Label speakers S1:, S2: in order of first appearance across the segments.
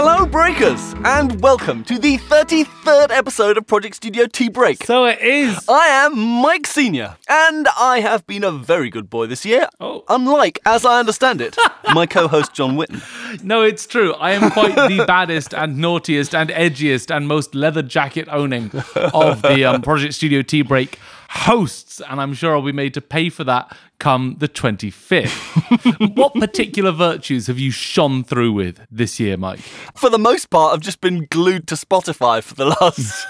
S1: Breakers, and welcome to the 33rd episode of Project Studio Tea Break.
S2: So it is.
S1: I am Mike Senior, and I have been a very good boy this year.
S2: Oh.
S1: Unlike, as I understand it, my co-host John Witten.
S2: No, it's true. I am quite the baddest and naughtiest and edgiest and most leather jacket owning of the um, Project Studio Tea Break hosts, and I'm sure I'll be made to pay for that come the 25th. what particular virtues have you shone through with this year, Mike?
S1: For the most part, I've just been glued to Spotify for the last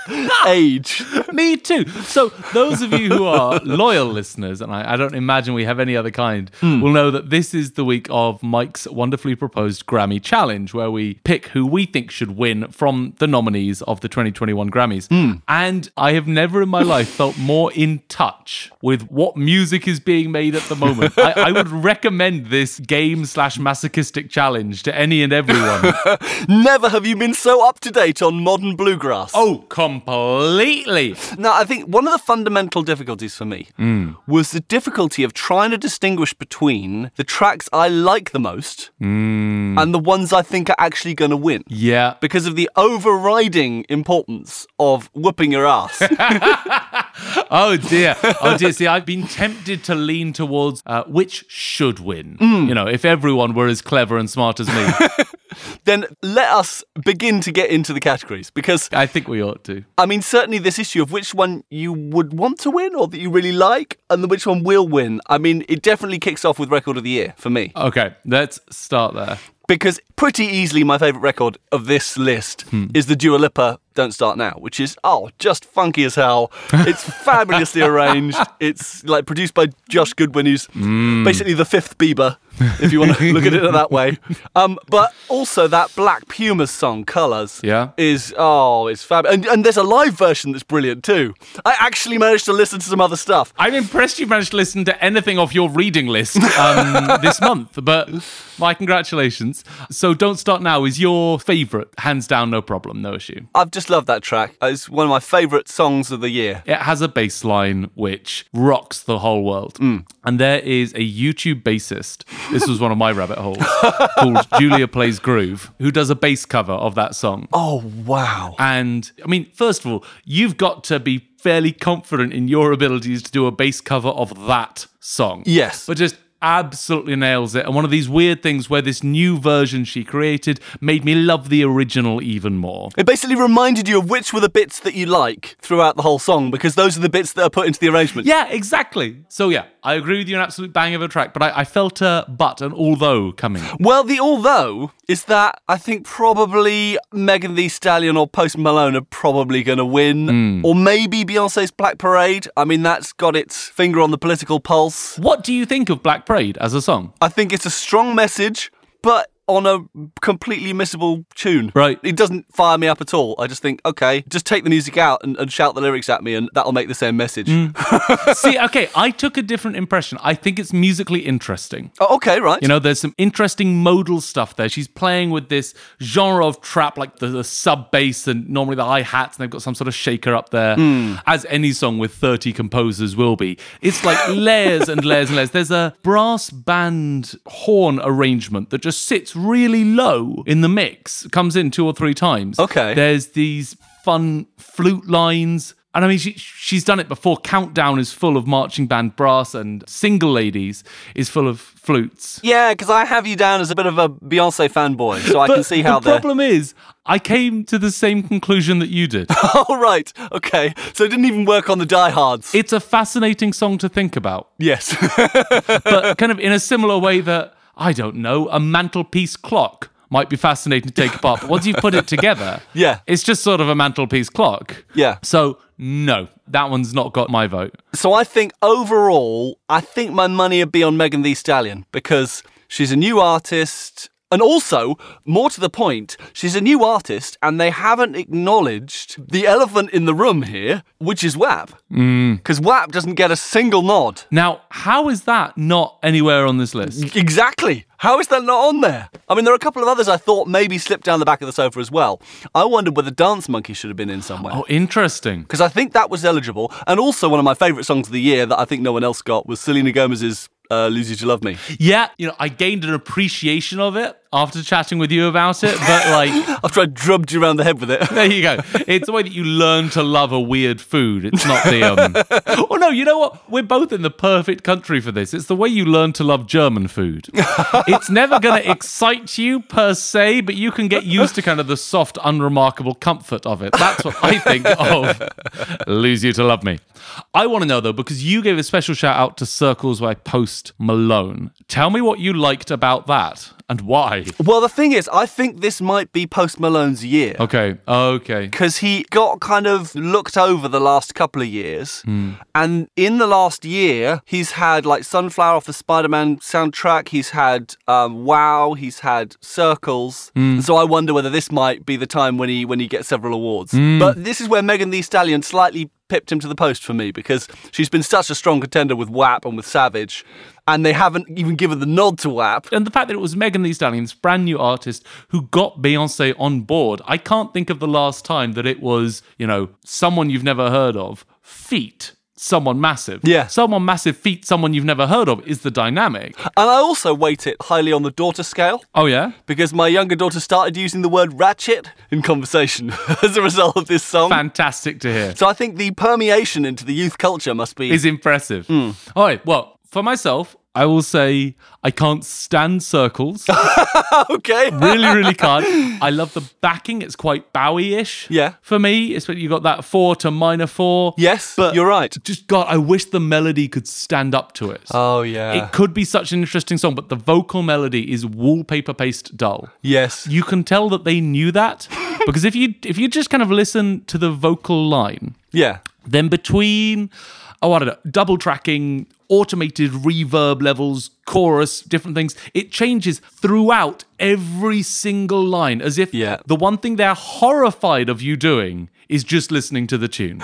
S1: age.
S2: Me too. So, those of you who are loyal listeners, and I, I don't imagine we have any other kind, will know that this is the week of Mike's wonderfully proposed Grammy Challenge, where we pick who we think should win from the nominees of the 2021 Grammys. And I have never in my life felt more in touch with what music is being made at the moment. I, I would recommend this game slash masochistic challenge to any and everyone.
S1: Never have you been so up to date on modern bluegrass.
S2: oh, completely.
S1: Now, I think one of the fundamental difficulties for me was the difficulty of trying to distinguish between the tracks I like the most and the ones I think are actually going to win.
S2: Yeah.
S1: Because of the overriding importance of whooping your ass.
S2: Oh dear. Oh dear. See, I've been tempted to lean towards uh, which should win. You know, if everyone were as clever and smart as me,
S1: then let us begin to get into the categories. Because,
S2: I think we ought to.
S1: I mean, certainly this issue of which one you would want to win or that you really like and which one will win, I mean, it definitely kicks off with Record of the Year for me.
S2: Okay, let's start there.
S1: because pretty easily my favourite record of this list is the Dua Lipa Don't Start Now, which is, oh, just funky as hell. It's fabulously arranged. It's like produced by Josh Goodwin, who's basically the fifth Bieber, if you want to look at it that way. Um, but also that Black Pumas song, Colours,
S2: Yeah.
S1: is, oh, it's fab. And, and there's a live version that's brilliant too. I actually managed to listen to some other stuff.
S2: I'm impressed you managed to listen to anything off your reading list um, this month, but my congratulations. So, Don't Start Now is your favorite, hands down, no problem, no issue.
S1: I've just loved that track. It's one of my favourite songs of the year.
S2: It has a bass line which rocks the whole world. And there is a YouTube bassist. This was one of my rabbit holes called Julia Plays Groove, who does a bass cover of that song.
S1: Oh, wow.
S2: Uh, And I mean, first of all, you've got to be fairly confident in your abilities to do a bass cover of that song.
S1: Yes.
S2: But just absolutely nails it. And one of these weird things where this new version she created made me love the original even more.
S1: It basically reminded you of which were the bits that you like throughout the whole song because those are the bits that are put into the arrangement.
S2: Yeah, exactly. So yeah, I agree with you, an absolute bang of a track, but I, I felt a but and although coming.
S1: Well, the although is that I think probably Megan Thee Stallion or Post Malone are probably going to win,
S2: Hmm.
S1: or maybe Beyonce's Black Parade. I mean, that's got its finger on the political pulse.
S2: What do you think of Black Parade as a song?
S1: I think it's a strong message, but on a completely missable tune.
S2: Right.
S1: It doesn't fire me up at all. I just think, okay, just take the music out and, and shout the lyrics at me, and that'll make the same message.
S2: Hmm. See, okay, I took a different impression. I think it's musically interesting.
S1: Oh, okay, right.
S2: You know, there's some interesting modal stuff there. She's playing with this genre of trap, like the, the sub bass and normally the hi hats, and they've got some sort of shaker up there, as any song with 30 composers will be. It's like layers and layers and layers. There's a brass band horn arrangement that just sits really low in the mix, comes in two or three times.
S1: Okay.
S2: There's these fun flute lines. And I mean, she, she's done it before. Countdown is full of marching band brass, and Single Ladies is full of flutes.
S1: Yeah, because I have you down as a bit of a Beyonce fanboy, so I can see how
S2: the
S1: they're.
S2: problem is, I came to the same conclusion that you did.
S1: oh, right. Okay. So it didn't even work on the diehards.
S2: it's a fascinating song to think about,
S1: yes.
S2: but kind of in a similar way that I don't know, a mantelpiece clock might be fascinating to take apart. But once you put it together,
S1: Yeah.
S2: it's just sort of a mantelpiece clock.
S1: Yeah.
S2: So no, that one's not got my vote.
S1: so I think overall, I think my money would be on Megan Thee Stallion because she's a new artist. And also, more to the point, she's a new artist and they haven't acknowledged the elephant in the room here, which is WAP. Because WAP doesn't get a single nod.
S2: Now, how is that not anywhere on this list?
S1: Exactly. How is that not on there? I mean, there are a couple of others I thought maybe slipped down the back of the sofa as well. I wondered whether Dance Monkey should have been in somewhere.
S2: Oh, interesting.
S1: Because I think that was eligible. And also, one of my favourite songs of the year that I think no one else got was Selena Gomez's uh, Lose You to Love Me.
S2: Yeah, you know, I gained an appreciation of it. after chatting with you about it, but like,
S1: After I drubbed you around the head with it.
S2: there you go. It's the way that you learn to love a weird food. It's not the. Um... Oh no, you know what? We're both in the perfect country for this. It's the way you learn to love German food. It's never going to excite you per se, but you can get used to kind of the soft, unremarkable comfort of it. That's what I think of Lose You to Love Me. I want to know though, because you gave a special shout out to Circles by Post Malone. Tell me what you liked about that and why.
S1: Well, the thing is, I think this might be Post Malone's year.
S2: Okay, okay.
S1: because he got kind of looked over the last couple of years. And in the last year, he's had like Sunflower off the Spider Man soundtrack, he's had um, Wow, he's had Circles. So I wonder whether this might be the time when he when he gets several awards. But this is where Megan Thee Stallion slightly pipped him to the post for me because she's been such a strong contender with WAP and with Savage, and they haven't even given the nod to WAP.
S2: and the fact that it was Megan Thee Stallion's brand new artist who got Beyonce on board. I can't think of the last time that it was, you know, someone you've never heard of, feat someone massive.
S1: Yeah.
S2: Someone massive feat someone you've never heard of is the dynamic.
S1: And I also weight it highly on the daughter scale.
S2: Oh yeah.
S1: because my younger daughter started using the word ratchet in conversation as a result of this song.
S2: Fantastic to hear.
S1: so I think the permeation into the youth culture must be.
S2: is impressive. All right, well, for myself, I will say I can't stand circles.
S1: okay.
S2: really, really can't. I love the backing. It's quite Bowie-ish.
S1: Yeah.
S2: For me, it's you got that four to minor four.
S1: Yes,
S2: but
S1: you're right.
S2: Just God, I wish the melody could stand up to it.
S1: Oh, yeah.
S2: It could be such an interesting song, but the vocal melody is wallpaper paste dull.
S1: yes.
S2: You can tell that they knew that because if you if you just kind of listen to the vocal line,
S1: yeah.
S2: then between, oh, I don't know, double tracking, automated reverb levels, chorus, different things, it changes throughout every single line as if
S1: Yeah.
S2: the one thing they're horrified of you doing is just listening to the tune.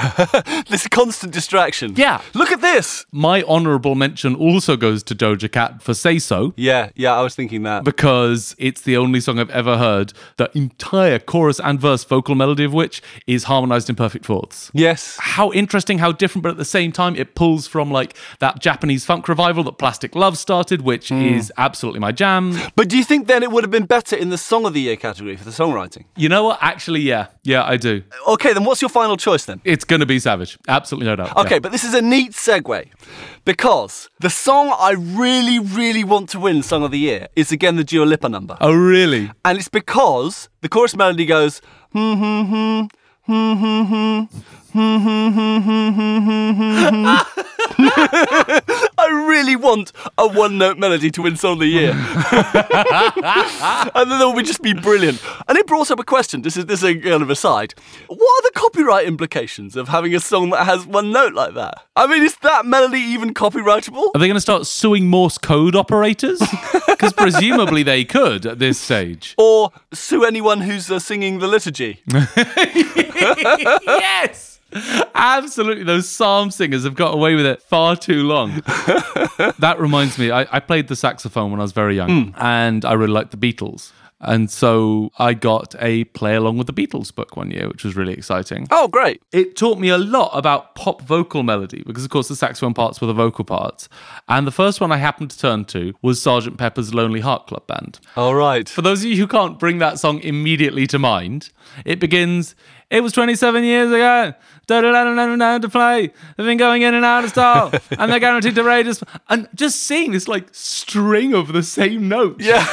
S1: This constant distraction.
S2: Yeah.
S1: Look at this.
S2: My honorable mention also goes to Doja Cat for Say So.
S1: Yeah, yeah, I was thinking that.
S2: Because it's the only song I've ever heard, the entire chorus and verse vocal melody of which is harmonized in perfect fourths.
S1: yes.
S2: how interesting, how different, but at the same time, it pulls from like that Japanese funk revival that Plastic Love started, which is absolutely my jam.
S1: But do you think then it would have been better in the song of the year category for the songwriting?
S2: You know what? Actually, yeah, yeah, I do.
S1: Okay, then what's your final choice then?
S2: It's gonna be Savage, absolutely no doubt.
S1: Okay, but this is a neat segue because the song I really, really want to win Song of the Year is again the Dua Lipa number.
S2: Yeah. Oh, really?
S1: And it's because the chorus melody goes, "Hmm, hmm, I really want a one note melody to win Song of the Year. and then that would just be brilliant. And it brought up a question. This is this is kind of aside. What are the copyright implications of having a song that has one note like that? I mean, is that melody even copyrightable?
S2: Are they gonna start suing Morse code operators? Because presumably they could at this stage.
S1: Or sue anyone who's uh, singing the liturgy?
S2: yes. Absolutely, those psalm singers have got away with it far too long. that reminds me, I, I played the saxophone when I was very young, and I really liked the Beatles. And so I got a play along with the Beatles book one year, which was really exciting.
S1: Oh, great.
S2: It taught me a lot about pop vocal melody because, of course, the saxophone parts were the vocal parts. And the first one I happened to turn to was Sgt. Pepper's Lonely Heart Club Band.
S1: All right.
S2: For those of you who can't bring that song immediately to mind, it begins. It was 27 years ago. Da-da-da-da-da-da to play. They've been going in and out of style, and they're guaranteed to rate us. And just seeing this like string of the same notes,
S1: Yeah.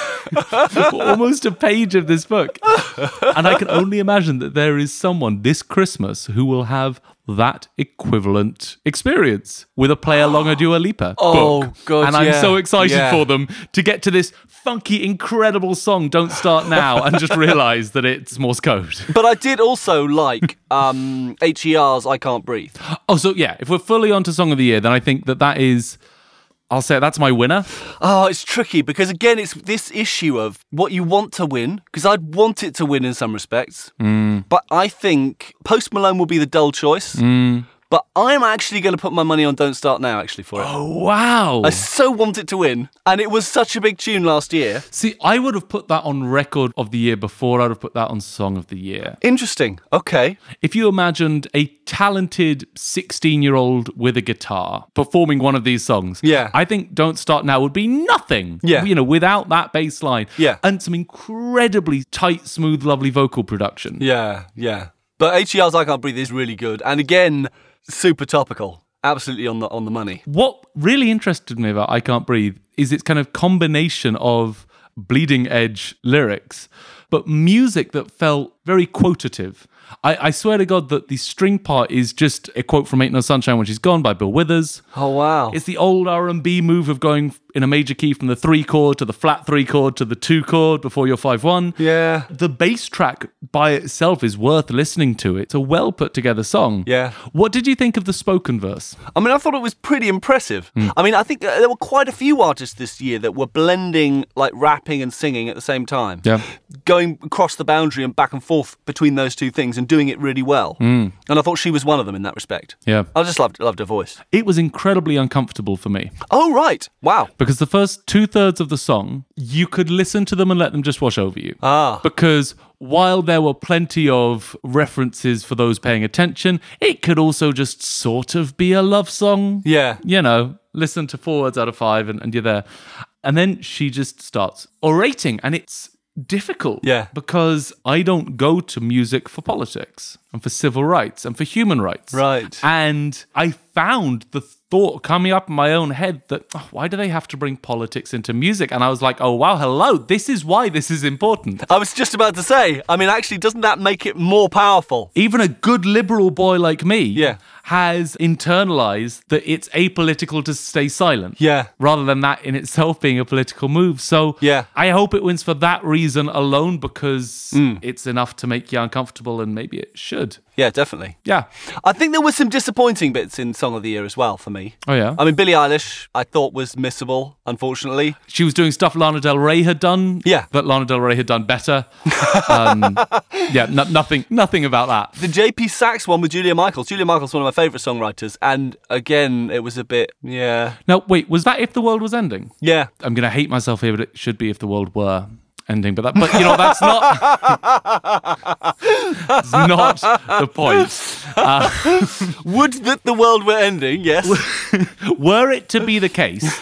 S2: almost a page of this book. And I can only imagine that there is someone this Christmas who will have that equivalent experience with a play along a Dua Lipa
S1: Oh,
S2: book.
S1: God,
S2: And I'm
S1: yeah.
S2: so excited
S1: Yeah.
S2: for them to get to this funky, incredible song, Don't Start Now, and just realize that it's Morse code.
S1: But I did also like um, HER's I Can't Breathe.
S2: Oh, so yeah, if we're fully onto Song of the Year, then I think that that is, I'll say it, that's my winner.
S1: Oh, it's tricky because, again, it's this issue of what you want to win, because I'd want Mm. it to win in some respects. But I think Post Malone will be the dull choice. But I'm actually going to put my money on Don't Start Now, actually, for it.
S2: Oh, wow.
S1: I so want it to win. And it was such a big tune last year.
S2: See, I would have put that on record of the year before I'd have put that on song of the year.
S1: Interesting. Okay.
S2: If you imagined a talented 16 year old with a guitar performing one of these songs,
S1: Yeah.
S2: I think Don't Start Now would be nothing.
S1: Yeah.
S2: You know, without that bass line
S1: Yeah.
S2: and some incredibly tight, smooth, lovely vocal production.
S1: Yeah, yeah. But HER's I Can't Breathe is really good. And again, super topical. Absolutely on the on the money.
S2: What really interested me about I Can't Breathe is its kind of combination of bleeding edge lyrics, but music that felt very quotative. I, I swear to God that the string part is just a quote from Ain't No Sunshine When She's Gone by Bill Withers.
S1: Oh wow.
S2: It's the old R&B move of going in a major key from the three chord to the flat three chord to the two chord before your five one.
S1: yeah.
S2: The bass track by itself is worth listening to. It's a well put together song.
S1: Yeah.
S2: What did you think of the spoken verse?
S1: I mean, I thought it was pretty impressive.
S2: Hmm.
S1: I mean, I think uh, there were quite a few artists this year that were blending like rapping and singing at the same time.
S2: Yeah.
S1: Going across the boundary and back and forth between those two things and doing it really well. And I thought she was one of them in that respect.
S2: Hmm. Yeah.
S1: I just loved loved her voice.
S2: It was incredibly uncomfortable for me
S1: Oh right. Wow.
S2: because the first two thirds of the song, you could listen to them and let them just wash over you.
S1: Ah.
S2: Because while there were plenty of references for those paying attention, it could also just sort of be a love song.
S1: Yeah.
S2: You know, listen to four words out of five and, and you're there. And then she just starts orating and it's difficult.
S1: Yeah.
S2: Because I don't go to music for politics and for civil rights and for human rights.
S1: Right.
S2: And I found the thought coming up in my own head that "Oh, why do they have to bring politics into music? And I was like, oh, wow, hello, this is why this is important.
S1: I was just about to say. I mean, actually, doesn't that make it more powerful?
S2: Even a good liberal boy like me
S1: Yeah.
S2: has internalized that it's apolitical to stay silent.
S1: Yeah.
S2: Rather than that in itself being a political move. So
S1: Yeah.
S2: I hope it wins for that reason alone because
S1: Mm.
S2: it's enough to make you uncomfortable and maybe it should.
S1: Yeah, definitely.
S2: Yeah.
S1: I think there were some disappointing bits in Song of the Year as well for me.
S2: Oh, yeah.
S1: I mean, Billie Eilish, I thought was missable, unfortunately.
S2: she was doing stuff Lana Del Rey had done.
S1: Yeah.
S2: That Lana Del Rey had done better. Um, yeah, no, nothing, nothing about that.
S1: The JP Sachs one with Julia Michaels. Julia Michaels, one of my favourite songwriters, and again, it was a bit, yeah,
S2: Now, wait, was that if the world was ending?
S1: yeah.
S2: I'm going to hate myself here, but it should be if the world were ending. But that, but you know, that's not. it's not the point.
S1: Would that the world were ending? Yes.
S2: Were it to be the case,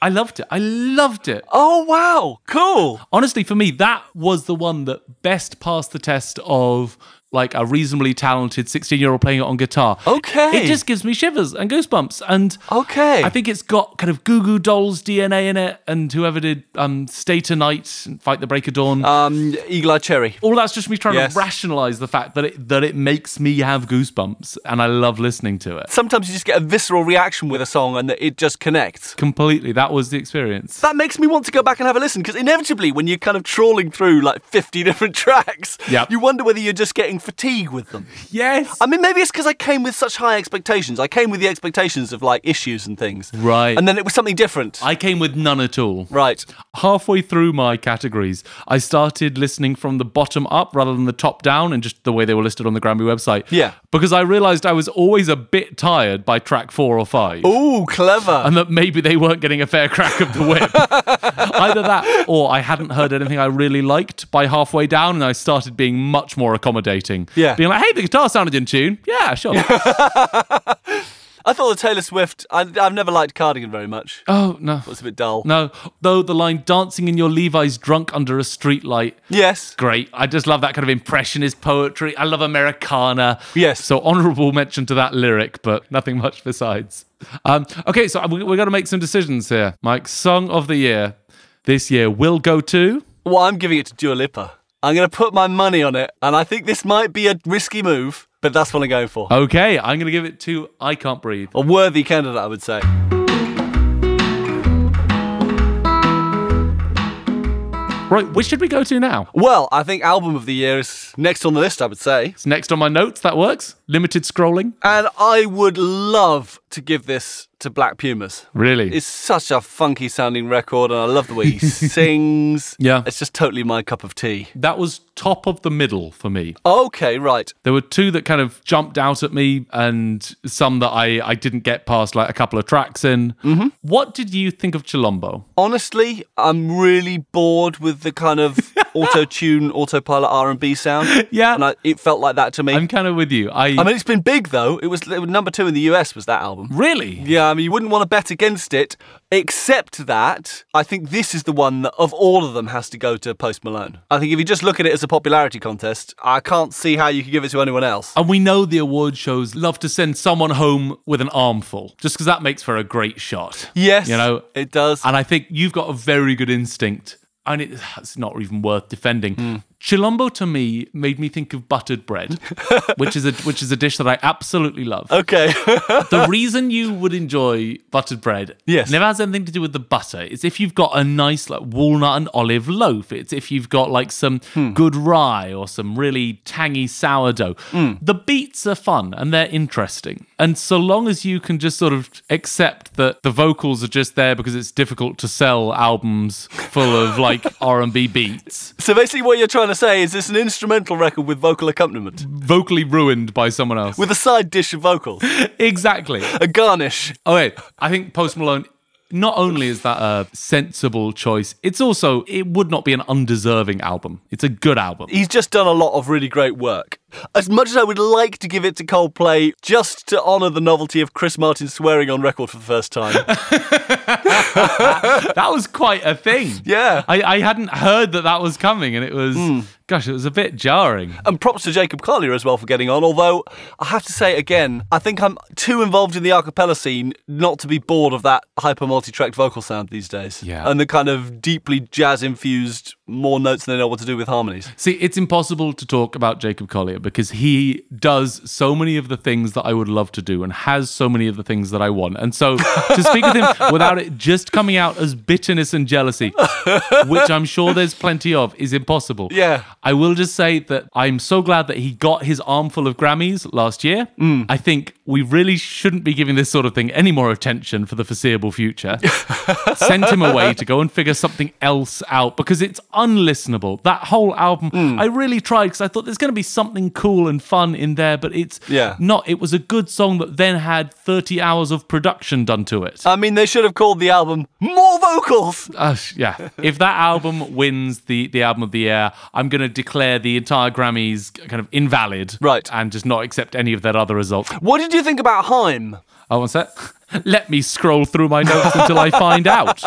S2: I loved it. I loved it.
S1: oh wow, cool.
S2: honestly for me that was the one that best passed the test of like a reasonably talented 16 year old playing it on guitar
S1: Okay.
S2: it just gives me shivers and goosebumps and
S1: Okay.
S2: i think it's got kind of goo goo dolls dna in it and whoever did um stay tonight and fight the break of dawn
S1: Um, Eagle Eye Cherry.
S2: all that's just me trying
S1: yes.
S2: to rationalize the fact that it that it makes me have goosebumps and i love listening to it
S1: Sometimes you just get a visceral reaction with a song, and it just connects.
S2: completely that was the experience
S1: that makes me want to go back and have a listen because inevitably when you're kind of trawling through like 50 different tracks
S2: Yep.
S1: you wonder whether you're just getting fatigue with them
S2: yes
S1: i mean maybe it's because i came with such high expectations i came with the expectations of like issues and things
S2: Right.
S1: and then it was something different
S2: i came with none at all
S1: right
S2: halfway through my categories, I started listening from the bottom up rather than the top down and just the way they were listed on the Grammy website.
S1: Yeah.
S2: Because I realized I was always a bit tired by track four or five.
S1: ooh clever
S2: And that maybe they weren't getting a fair crack of the whip. Either that or I hadn't heard anything I really liked by halfway down and I started being much more accommodating.
S1: Yeah.
S2: Being like, hey, the guitar sounded in tune. Yeah, sure.
S1: i thought the taylor swift I, i've never liked cardigan very much
S2: oh, no.
S1: it's a bit dull
S2: No. Though the line dancing in your Levi's drunk under a streetlight
S1: yes
S2: great. I just love that kind of impressionist poetry. I love Americana.
S1: Yes.
S2: So honorable mention to that lyric, but nothing much besides. Um, okay, so we- we're going to make some decisions here. Mike, song of the year this year will go to.
S1: well i'm giving it to Dua Lipa. i'm going to put my money on it and i think this might be a risky move but that's what i'm going for
S2: Okay, I'm going to give it to I Can't Breathe.
S1: a worthy candidate i would say
S2: Right, which should we go to now?
S1: Well, I think album of the year is next on the list, I would say.
S2: It's next on my notes. That works. Limited scrolling.
S1: And I would love to give this to Black Pumas.
S2: Really?
S1: It's such a funky sounding record, and I love the way he sings.
S2: Yeah.
S1: It's just totally my cup of tea.
S2: that was top of the middle for me.
S1: Okay, right.
S2: There were two that kind of jumped out at me and some that I, I didn't get past like a couple of tracks in. Mm-hmm. What did you think of Chilombo?
S1: Honestly, I'm really bored with the kind of auto-tune, autopilot R&B sound.
S2: Yeah.
S1: And I, it felt like that to me.
S2: I'm kind of with you. I,
S1: I mean, it's been big, though. It was, it was number two in the US was that album.
S2: really?
S1: Yeah, I mean, you wouldn't want to bet against it, except that I think this is the one that, of all of them, has to go to Post Malone. I think if you just look at it as a popularity contest, I can't see how you could give it to anyone else.
S2: And we know the award shows love to send someone home with an armful, just because that makes for a great shot.
S1: Yes,
S2: You know,
S1: it does.
S2: and I think you've got a very good instinct, and it, it's not even worth defending. Chilombo to me made me think of buttered bread, which is a which is a dish that I absolutely love.
S1: okay.
S2: The reason you would enjoy buttered bread
S1: Yes.
S2: never has anything to do with the butter. It's if you've got a nice like walnut and olive loaf. It's if you've got like some good rye or some really tangy sourdough. The beats are fun and they're interesting. And so long as you can just sort of accept that the vocals are just there because it's difficult to sell albums full of like R&B beats,
S1: so basically, what you're trying to say is it's an instrumental record with vocal accompaniment,
S2: vocally ruined by someone else.
S1: with a side dish of vocals,
S2: exactly.
S1: a garnish.
S2: Okay, I think Post Malone. Not only is that a sensible choice, it's also it would not be an undeserving album. It's a good album.
S1: He's just done a lot of really great work. As much as I would like to give it to Coldplay just to honour the novelty of Chris Martin swearing on record for the first time,
S2: That was quite a thing.
S1: Yeah.
S2: I, I hadn't heard that that was coming, and it was gosh, it was a bit jarring.
S1: And props to Jacob Collier as well for getting on. Although I have to say again, I think I'm too involved in the a cappella scene not to be bored of that hyper multi-tracked vocal sound these days.
S2: Yeah.
S1: And the kind of deeply jazz infused more notes than they know what to do with harmonies.
S2: See, it's impossible to talk about Jacob Collier because he does so many of the things that I would love to do and has so many of the things that I want. And so to speak with him without it just coming out as bitterness and jealousy, which I'm sure there's plenty of, is impossible.
S1: Yeah.
S2: I will just say that I'm so glad that he got his armful of Grammys last year. I think we really shouldn't be giving this sort of thing any more attention for the foreseeable future. Send him away to go and figure something else out because it's unlistenable. That whole album,
S1: Hmm.
S2: I really tried because I thought there's going to be something cool and fun in there, but it's
S1: Yeah.
S2: not. It was a good song that then had 30 hours of production done to it.
S1: I mean, they should have called the album More Vocals.
S2: Uh, yeah. If that album wins the, the album of the year, I'm going to declare the entire Grammys kind of invalid.
S1: Right.
S2: And just not accept any of their other results.
S1: What did you think about Heim?
S2: Oh, one sec. Let me scroll through my notes until I find out.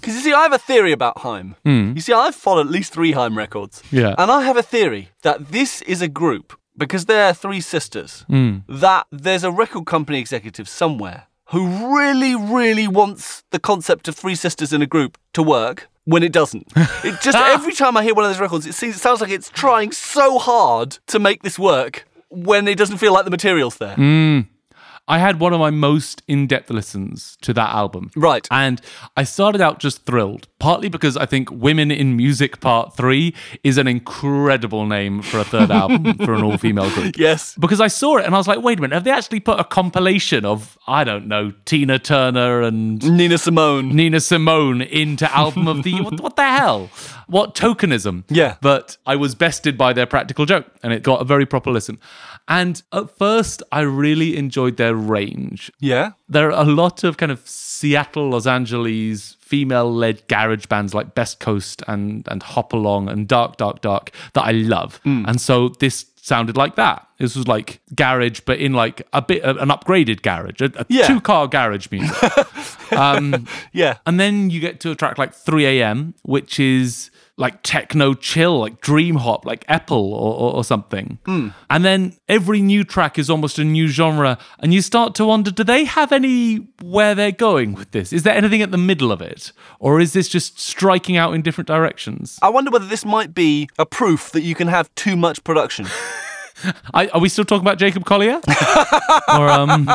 S1: Because you see, I have a theory about Heim. You see, I've followed at least three Heim records.
S2: Yeah.
S1: And I have a theory that this is a group, because they're three sisters, that there's a record company executive somewhere who really, really wants the concept of three sisters in a group to work when it doesn't. It just every time I hear one of those records, it, seems, it sounds like it's trying so hard to make this work when it doesn't feel like the material's there.
S2: I had one of my most in depth listens to that album.
S1: Right.
S2: And I started out just thrilled, partly because I think Women in Music Part 3 is an incredible name for a third album for an all female group.
S1: Yes.
S2: Because I saw it and I was like, wait a minute, have they actually put a compilation of, I don't know, Tina Turner and
S1: Nina Simone.
S2: Nina Simone into album of the year? What, what the hell? What tokenism?
S1: Yeah.
S2: But I was bested by their practical joke and it got a very proper listen. And at first, I really enjoyed their range
S1: Yeah.
S2: there are a lot of kind of Seattle, Los Angeles female-led garage bands like Best Coast and and Hop Along and Dark Dark Dark that I love.
S1: Hmm.
S2: And so this sounded like that. This was like garage but in like a bit an upgraded garage, a, a
S1: Yeah.
S2: two-car garage music.
S1: Yeah.
S2: And then you get to a track like 3 a.m., which is like techno chill, like dream hop, like Apple or, or, or something. And then every new track is almost a new genre. And you start to wonder do they have any where they're going with this? Is there anything at the middle of it? Or is this just striking out in different directions?
S1: I wonder whether this might be a proof that you can have too much production.
S2: I, are we still talking about Jacob Collier? or um,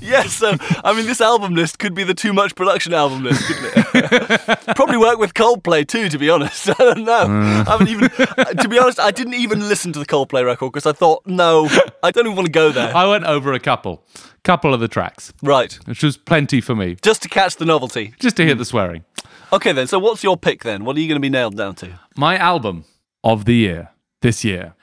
S1: Yes, so I mean, this album list could be the too much production album list, couldn't it? Probably work with Coldplay too, to be honest. I don't know. I haven't even. uh, To be honest, I didn't even listen to the Coldplay record because I thought, no, I don't even want to go there.
S2: I went over a couple, couple of the tracks,
S1: Right,
S2: which was plenty for me,
S1: just to catch the novelty.
S2: just to hear the swearing.
S1: Okay, then. So, what's your pick then? What are you going to be nailed down to?
S2: My album of the year this year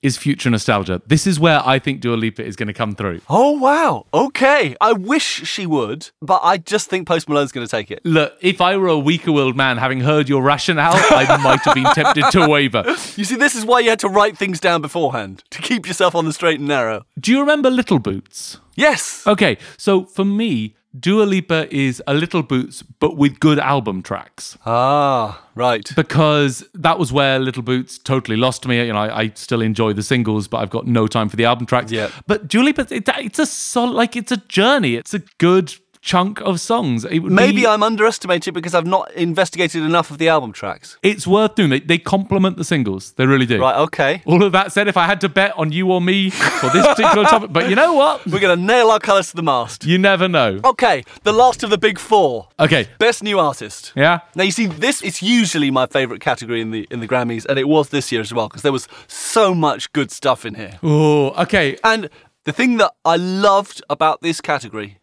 S2: is Future Nostalgia. This is where I think Dua Lipa is going to come through.
S1: Oh wow. Okay. I wish she would, but I just think Post Malone's going to take it.
S2: Look, if I were a weaker willed man, having heard your rationale, I might have been tempted to waver.
S1: You see, this is why you had to write things down beforehand to keep yourself on the straight and narrow.
S2: Do you remember Little Boots?
S1: Yes.
S2: Okay, so for me, Dua Lipa is a Little Boots, but with good album tracks.
S1: Ah, right.
S2: because that was where Little Boots totally lost me. You know, I, I still enjoy the singles, but I've got no time for the album tracks.
S1: Yeah.
S2: But Julie, but it, it's a solid, like it's a journey. It's a good chunk of songs. It would
S1: Maybe
S2: be-
S1: I'm underestimated because I've not investigated enough of the album tracks.
S2: it's worth doing. They, they complement the singles. They really do.
S1: Right, okay.
S2: All of that said, if I had to bet on you or me for this particular topic, but you know what?
S1: We're going to nail our colours to the mast.
S2: You never know.
S1: Okay, the last of the big four.
S2: Okay.
S1: Best new artist.
S2: Yeah.
S1: Now you see, this is usually my favourite category in the in the Grammys, and it was this year as well because there was so much good stuff in here.
S2: Oh, okay.
S1: And the thing that I loved about this category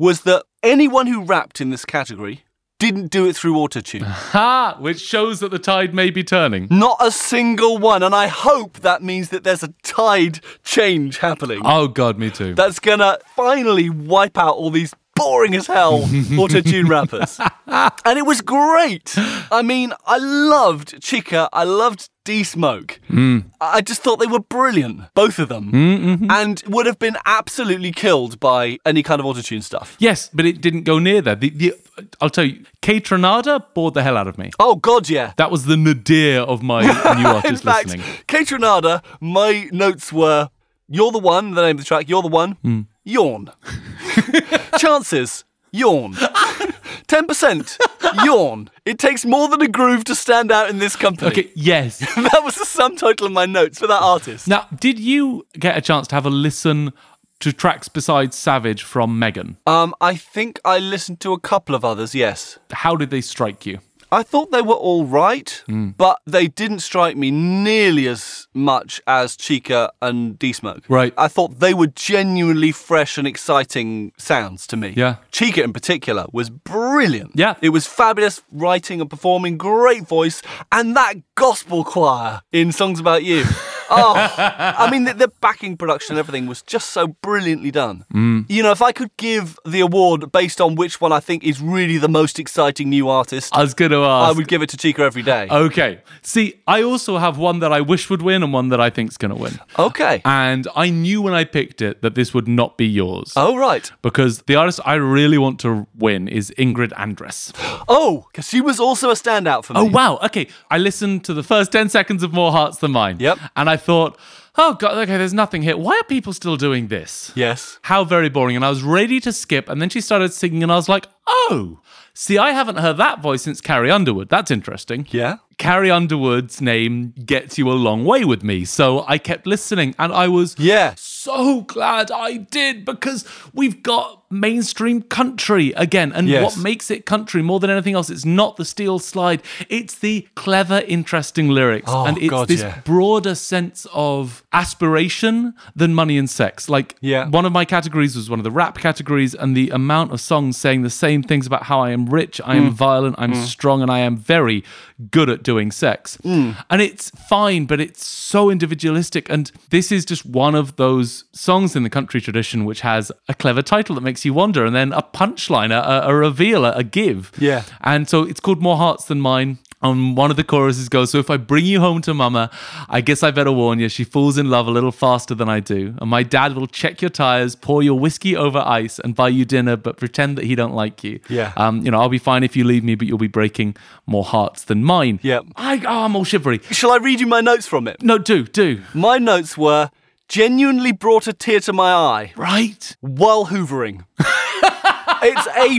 S1: was that anyone who rapped in this category didn't do it through autotune.
S2: Ha! Which shows that the tide may be turning.
S1: Not a single one. And I hope that means that there's a tide change happening
S2: Oh, God, me too.
S1: that's going to finally wipe out all these boring as hell autotune rappers. And it was great. I mean, I loved Chica. I loved D Smoke. I just thought they were brilliant, both of them, and would have been absolutely killed by any kind of autotune stuff.
S2: Yes, but it didn't go near there. The, the, I'll tell you, Kate Renata bored the hell out of me.
S1: Oh, God, yeah.
S2: That was the nadir of my new
S1: In
S2: artist
S1: fact,
S2: listening.
S1: Kate Renata, my notes were You're the One, the name of the track, You're the One,
S2: Hmm.
S1: yawn. Chances, yawn. 10%, yawn. It takes more than a groove to stand out in this company.
S2: Okay, yes.
S1: That was the subtitle of my notes for that artist.
S2: Now, did you get a chance to have a listen to tracks besides Savage from Megan?
S1: Um, I think I listened to a couple of others, yes.
S2: How did they strike you?
S1: I thought they were all right,
S2: Hmm.
S1: but they didn't strike me nearly as much as Chica and D Smoke.
S2: Right.
S1: I thought they were genuinely fresh and exciting sounds to me.
S2: Yeah.
S1: Chica in particular was brilliant.
S2: Yeah.
S1: It was fabulous writing and performing, great voice, and that gospel choir in Songs About You. oh, I mean, the, the backing production and everything was just so brilliantly done.
S2: Hmm.
S1: You know, if I could give the award based on which one I think is really the most exciting new artist,
S2: I was going to
S1: I
S2: ask. Uh,
S1: would give it to Chica every day.
S2: okay. See, I also have one that I wish would win and one that I think's going to win.
S1: Okay.
S2: And I knew when I picked it that this would not be yours.
S1: Oh, right.
S2: Because the artist I really want to win is Ingrid Andress.
S1: Oh, 'cause she was also a standout for me.
S2: Oh wow! Okay, I listened to the first ten seconds of More Hearts Than Mine.
S1: Yep.
S2: And I thought, oh god, okay, there's nothing here. Why are people still doing this?
S1: Yes.
S2: How very boring. And I was ready to skip, and then she started singing, and I was like, oh, see, I haven't heard that voice since Carrie Underwood. That's interesting.
S1: Yeah.
S2: Carrie Underwood's name gets you a long way with me, so I kept listening, and I was
S1: Yeah.
S2: so glad I did because we've got mainstream country again. And
S1: Yes.
S2: what makes it country more than anything else, it's not the steel slide, it's the clever, interesting lyrics.
S1: Oh,
S2: and it's
S1: God,
S2: this
S1: yeah.
S2: broader sense of aspiration than money and sex. Like,
S1: Yeah.
S2: one of my categories was one of the rap categories, and the amount of songs saying the same things about how I am rich, I
S1: Mm.
S2: am violent, I'm strong, and I am very good at doing sex.
S1: Mm.
S2: And it's fine, but it's so individualistic. And this is just one of those songs in the country tradition which has a clever title that makes you wonder, and then a punchline, a, a reveal, a, a give.
S1: Yeah.
S2: And so it's called More Hearts Than Mine. On one of the choruses goes, So if I bring you home to mama, I guess I better warn you, she falls in love a little faster than I do. And my dad will check your tires, pour your whiskey over ice, and buy you dinner, but pretend that he don't like you.
S1: Yeah.
S2: Um, you know, I'll be fine if you leave me, but you'll be breaking more hearts than mine.
S1: Yeah.
S2: I oh, I'm all shivery.
S1: Shall I read you my notes from it?
S2: No, do, do.
S1: My notes were genuinely brought a tear to my eye
S2: Right?
S1: while hoovering. It's a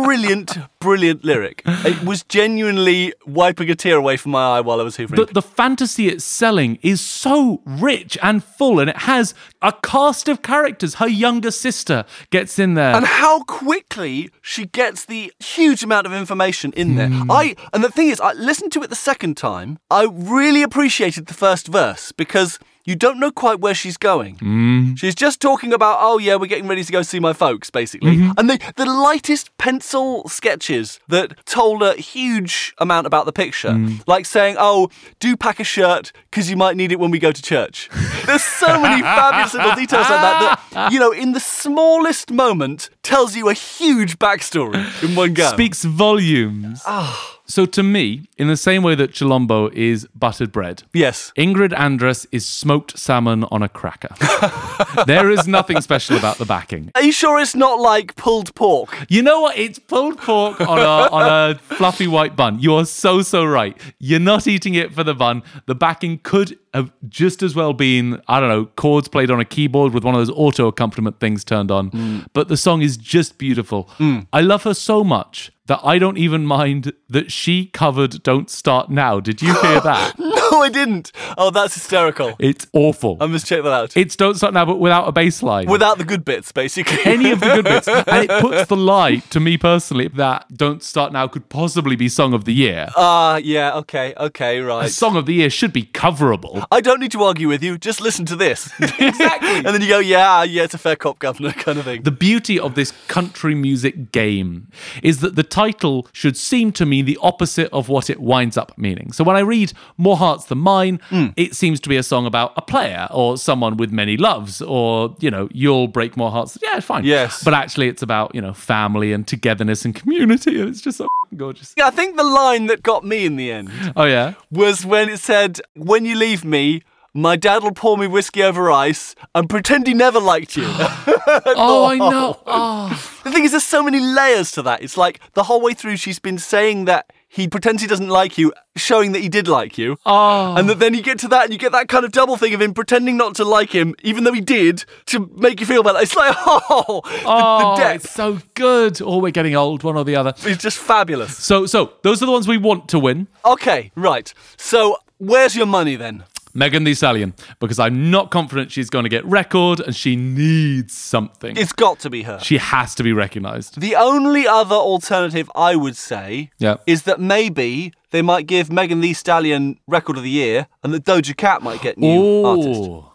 S1: brilliant, brilliant lyric. It was genuinely wiping a tear away from my eye while I was hoovering.
S2: the, the fantasy it's selling is so rich and full, and it has a cast of characters. Her younger sister gets in there.
S1: and how quickly she gets the huge amount of information in there. I and the thing is, I listened to it the second time. I really appreciated the first verse because you don't know quite where she's going. She's just talking about, oh yeah, we're getting ready to go see my folks, basically. And the the lightest pencil sketches that told a huge amount about the picture, like saying, oh, do pack a shirt because you might need it when we go to church. There's so many fabulous little details like that that you know, in the smallest moment, tells you a huge backstory in one go.
S2: speaks volumes. So to me, in the same way that Chilombo is buttered bread,
S1: Yes.
S2: Ingrid Andress is smoked salmon on a cracker. there is nothing special about the backing.
S1: Are you sure it's not like pulled pork?
S2: You know what? It's pulled pork on a on a fluffy white bun. You are so so right. You're not eating it for the bun. The backing could have just as well been I don't know chords played on a keyboard with one of those auto accompaniment things turned on. But the song is just beautiful. I love her so much that I don't even mind that she covered "Don't Start Now." Did you hear that?
S1: No, I didn't. Oh, that's hysterical.
S2: it's awful.
S1: I must check that out.
S2: it's "Don't Start Now," but without a bass line.
S1: Um, Without the good bits, basically.
S2: any of the good bits. And it puts the lie to me personally that Don't Start Now could possibly be Song of the Year.
S1: Ah, yeah, okay, okay, right.
S2: Song of the Year should be coverable.
S1: I don't need to argue with you. Just listen to this. exactly. And then you go, yeah, yeah, it's a fair cop, governor, kind of thing.
S2: The beauty of this country music game is that the title should seem to mean the opposite of what it winds up meaning. So when I read More Hearts Than Mine, it seems to be a song about a player or someone with many loves or, you know, you'll break more hearts. Yeah, fine.
S1: Yes.
S2: But actually, it's about, you know, family and togetherness and community. And it's just so gorgeous.
S1: I think the line that got me in the end
S2: Oh, yeah.
S1: was when it said, "When you leave me." My dad will pour me whiskey over ice and pretend he never liked you.
S2: Oh, I know. Oh.
S1: the thing is, there's so many layers to that. It's like the whole way through, she's been saying that he pretends he doesn't like you, showing that he did like you.
S2: Oh.
S1: And that then you get to that and you get that kind of double thing of him pretending not to like him, even though he did, to make you feel better. It's like, oh, the-
S2: Oh,
S1: the, depth
S2: it's so good. Oh, we're getting old, one or the other.
S1: is just fabulous.
S2: So, so those are the ones we want to win.
S1: Okay, right. So where's your money then?
S2: Megan Thee Stallion, because I'm not confident she's going to get record, and she needs something.
S1: It's got to be her.
S2: she has to be recognised.
S1: The only other alternative I would say
S2: Yeah.
S1: is that maybe they might give Megan Thee Stallion Record of the Year and that Doja Cat might get new artist.
S2: Oh,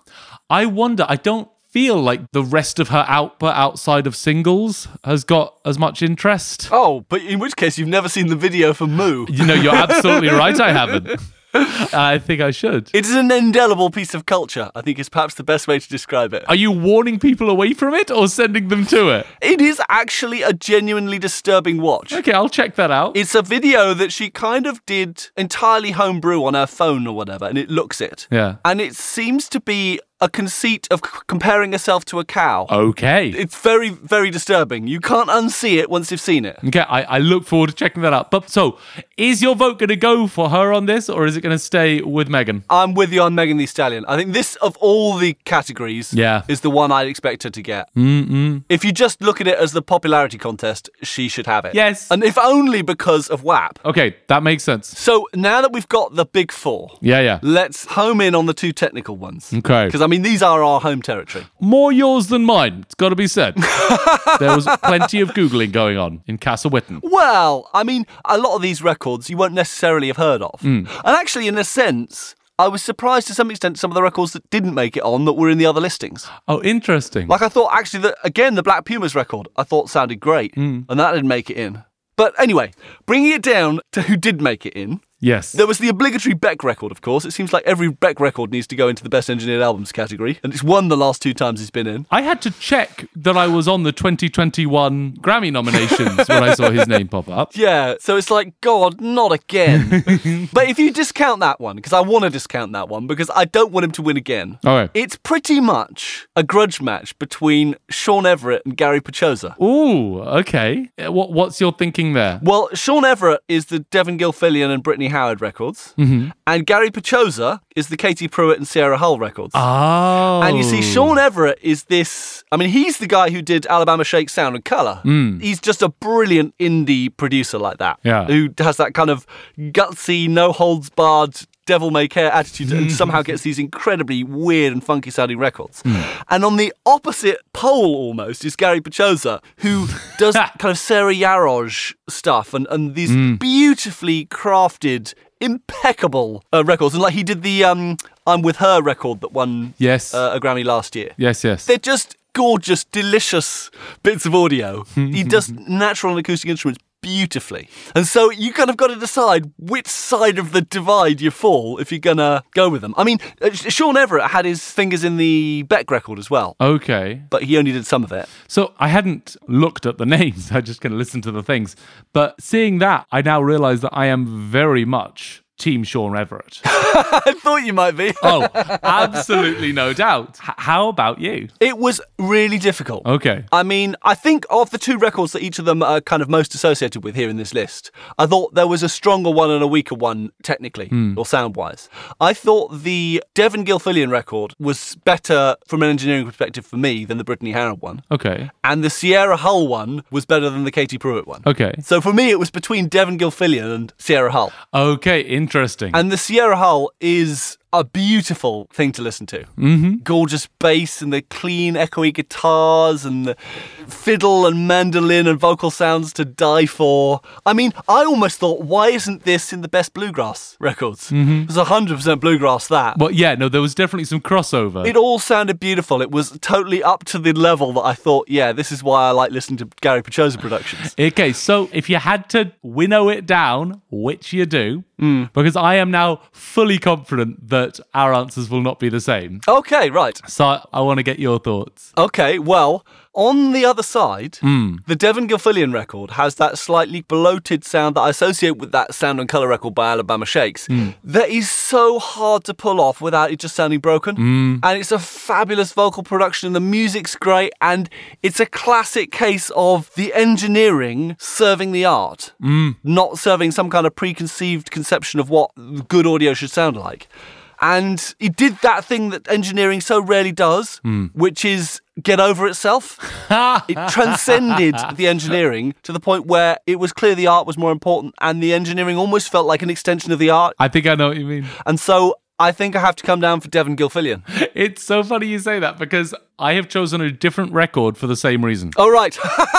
S2: I wonder. I don't feel like the rest of her output outside of singles has got as much interest.
S1: Oh, but in which case you've never seen the video for Moo.
S2: You know, you're absolutely right. I haven't. I think I should.
S1: It is an indelible piece of culture, I think is perhaps the best way to describe it.
S2: Are you warning people away from it or sending them to it?
S1: It is actually a genuinely disturbing watch.
S2: Okay, I'll check that out.
S1: It's a video that she kind of did entirely homebrew on her phone or whatever, and it looks it.
S2: Yeah.
S1: And it seems to be a conceit of c- comparing herself to a cow.
S2: Oh. Okay.
S1: It's very, very disturbing. You can't unsee it once you've seen it.
S2: Okay, I, I look forward to checking that out. But so, is your vote going to go for her on this, or is it going to stay with Megan?
S1: I'm with you on Megan Thee Stallion. I think this, of all the categories,
S2: Yeah. Mm-hmm.
S1: is the one I'd expect her to get. Mm-mm. If you just look at it as the popularity contest, she should have it.
S2: Yes.
S1: And if only because of WAP.
S2: Okay, that makes sense.
S1: So now that we've got the big four,
S2: Yeah, yeah.
S1: let's home in on the two technical ones.
S2: Okay.
S1: Because, I mean, these are our home territory.
S2: More yours than mine, it's got to be said. there was plenty of Googling going on in Castle Witten.
S1: Well, I mean, a lot of these records you won't necessarily have heard of.
S2: Mm.
S1: And actually, in a sense, I was surprised to some extent some of the records that didn't make it on that were in the other listings.
S2: Oh, interesting.
S1: Like I thought, actually, that again, the Black Pumas record I thought sounded great, and that didn't make it in. But anyway, bringing it down to who did make it in,
S2: yes.
S1: there was the obligatory Beck record, of course. It seems like every Beck record needs to go into the Best Engineered Albums category, and it's won the last two times it's been in.
S2: I had to check that I was on the 2021 Grammy nominations when I saw his name pop up.
S1: Yeah, so it's like, God, not again. but if you discount that one, because I want to discount that one, because I don't want him to win again,
S2: All right.
S1: it's pretty much a grudge match between Sean Everett and Gary Pachosa.
S2: Ooh, okay. Uh, What, what's your thinking there?
S1: Well, Sean Everett is the Devon Gilfillian and Brittany Howard records, and Gary Pachoza is the Katie Pruitt and Sierra Hull records.
S2: Oh.
S1: And you see, Sean Everett is this. I mean, he's the guy who did Alabama Shake Sound and Color. He's just a brilliant indie producer like that.
S2: Mm. Yeah.
S1: Who has that kind of gutsy, no holds barred, devil may care attitude and somehow gets these incredibly weird and funky sounding records.
S2: Hmm.
S1: And on the opposite pole almost is Gary Pachoza, who does kind of Sarah Yaroj stuff and, and these
S2: Hmm.
S1: beautifully crafted. Impeccable uh, records, and like he did the um, "I'm with Her" record that won
S2: Yes.
S1: uh, a Grammy last year.
S2: yes, yes.
S1: They're just gorgeous, delicious bits of audio. he does natural and acoustic instruments beautifully. And so you kind of got to decide which side of the divide you fall if you're going to go with them. I mean, uh, Sh- Sean Everett had his fingers in the Beck record as well.
S2: Okay.
S1: But he only did some of it.
S2: So I hadn't looked at the names. I just kind of listened to the things. But seeing that, I now realize that I am very much Team Sean Everett.
S1: I thought you might be.
S2: oh, absolutely no doubt. H- how about you?
S1: It was really difficult.
S2: Okay.
S1: I mean, I think of the two records that each of them are kind of most associated with here in this list, I thought there was a stronger one and a weaker one technically or sound wise. I thought the Devon Gilfillian record was better from an engineering perspective for me than the Brittany Howard one,
S2: Okay.
S1: and the Sierra Hull one was better than the Katie Pruitt one.
S2: Okay.
S1: So for me, it was between Devon Gilfillian and Sierra Hull.
S2: Okay. Interesting.
S1: And the Sierra Hull is a beautiful thing to listen to. Mm-hmm. Gorgeous bass and the clean, echoey guitars and the fiddle and mandolin and vocal sounds to die for. I mean, I almost thought, why isn't this in the best bluegrass records? It's 100% bluegrass, that.
S2: well, yeah, no, there was definitely some crossover.
S1: it all sounded beautiful. It was totally up to the level that I thought, yeah, this is why I like listening to Gary Pachoza productions.
S2: Okay, so if you had to winnow it down, which you do,
S1: Hmm.
S2: because I am now fully confident that our answers will not be the same.
S1: okay, right.
S2: So I, I want to get your thoughts.
S1: Okay, well, on the other side, the Devon Gilfillian record has that slightly bloated sound that I associate with that Sound and Colour record by Alabama Shakes that is so hard to pull off without it just sounding broken. And it's a fabulous vocal production, the music's great, and it's a classic case of the engineering serving the art, not serving some kind of preconceived conception of what good audio should sound like. And he did that thing that engineering so rarely does, which is get over itself. it transcended the engineering to the point where it was clear the art was more important and the engineering almost felt like an extension of the art.
S2: I think I know what you mean.
S1: And so I think I have to come down for Devon Gilfillian.
S2: It's so funny you say that because I have chosen a different record for the same reason.
S1: All right.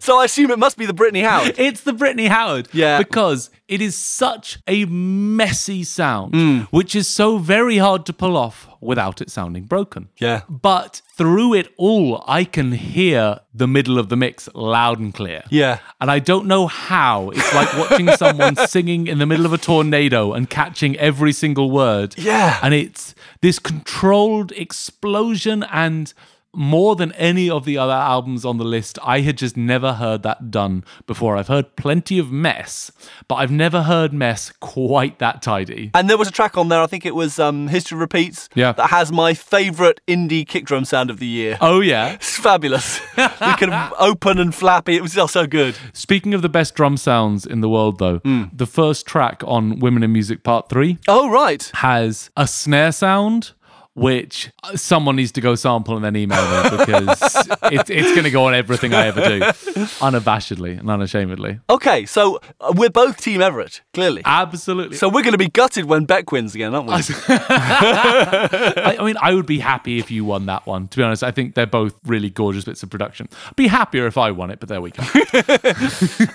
S1: so I assume it must be the Brittany Howard.
S2: It's the Brittany Howard.
S1: Yeah.
S2: Because it is such a messy sound, which is so very hard to pull off without it sounding broken.
S1: Yeah.
S2: But through it all, I can hear the middle of the mix loud and clear.
S1: Yeah.
S2: And I don't know how. It's like watching someone singing in the middle of a tornado and catching every single word.
S1: Yeah.
S2: And it's this controlled explosion and more than any of the other albums on the list, I had just never heard that done before. I've heard plenty of mess, but I've never heard mess quite that tidy.
S1: And there was a track on there, I think it was um, History Repeats,
S2: Yeah.
S1: that has my favourite indie kick drum sound of the year.
S2: Oh, yeah.
S1: It's fabulous. we can open and flap it. It was just so good.
S2: Speaking of the best drum sounds in the world, though, the first track on Women in Music Part 3
S1: Oh, right.
S2: has a snare sound. Which uh, someone needs to go sample and then email me because it, it's going to go on everything I ever do, unabashedly and unashamedly.
S1: Okay, so uh, we're both Team Everett, clearly.
S2: Absolutely.
S1: so we're going to be gutted when Beck wins again, aren't we?
S2: I, I mean, I would be happy if you won that one. To be honest, I think they're both really gorgeous bits of production. Be happier if I won it, but there we go.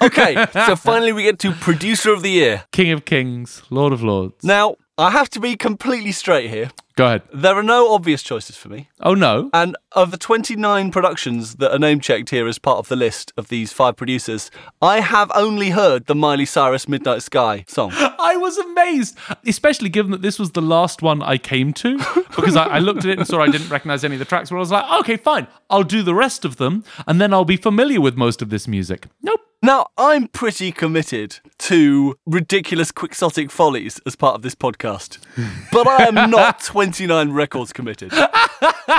S1: okay, so finally we get to Producer of the Year.
S2: King of Kings, Lord of Lords.
S1: Now, I have to be completely straight here.
S2: Go ahead.
S1: There are no obvious choices for me.
S2: Oh no.
S1: And of the 29 productions that are name checked here as part of the list of these five producers, I have only heard the Miley Cyrus Midnight Sky song.
S2: I was amazed, especially given that this was the last one I came to because I, I looked at it and saw I didn't recognize any of the tracks. But I was like, okay, fine, I'll do the rest of them and then I'll be familiar with most of this music. Nope,
S1: Now, I'm pretty committed to ridiculous quixotic follies as part of this podcast, but I am not 29 records committed.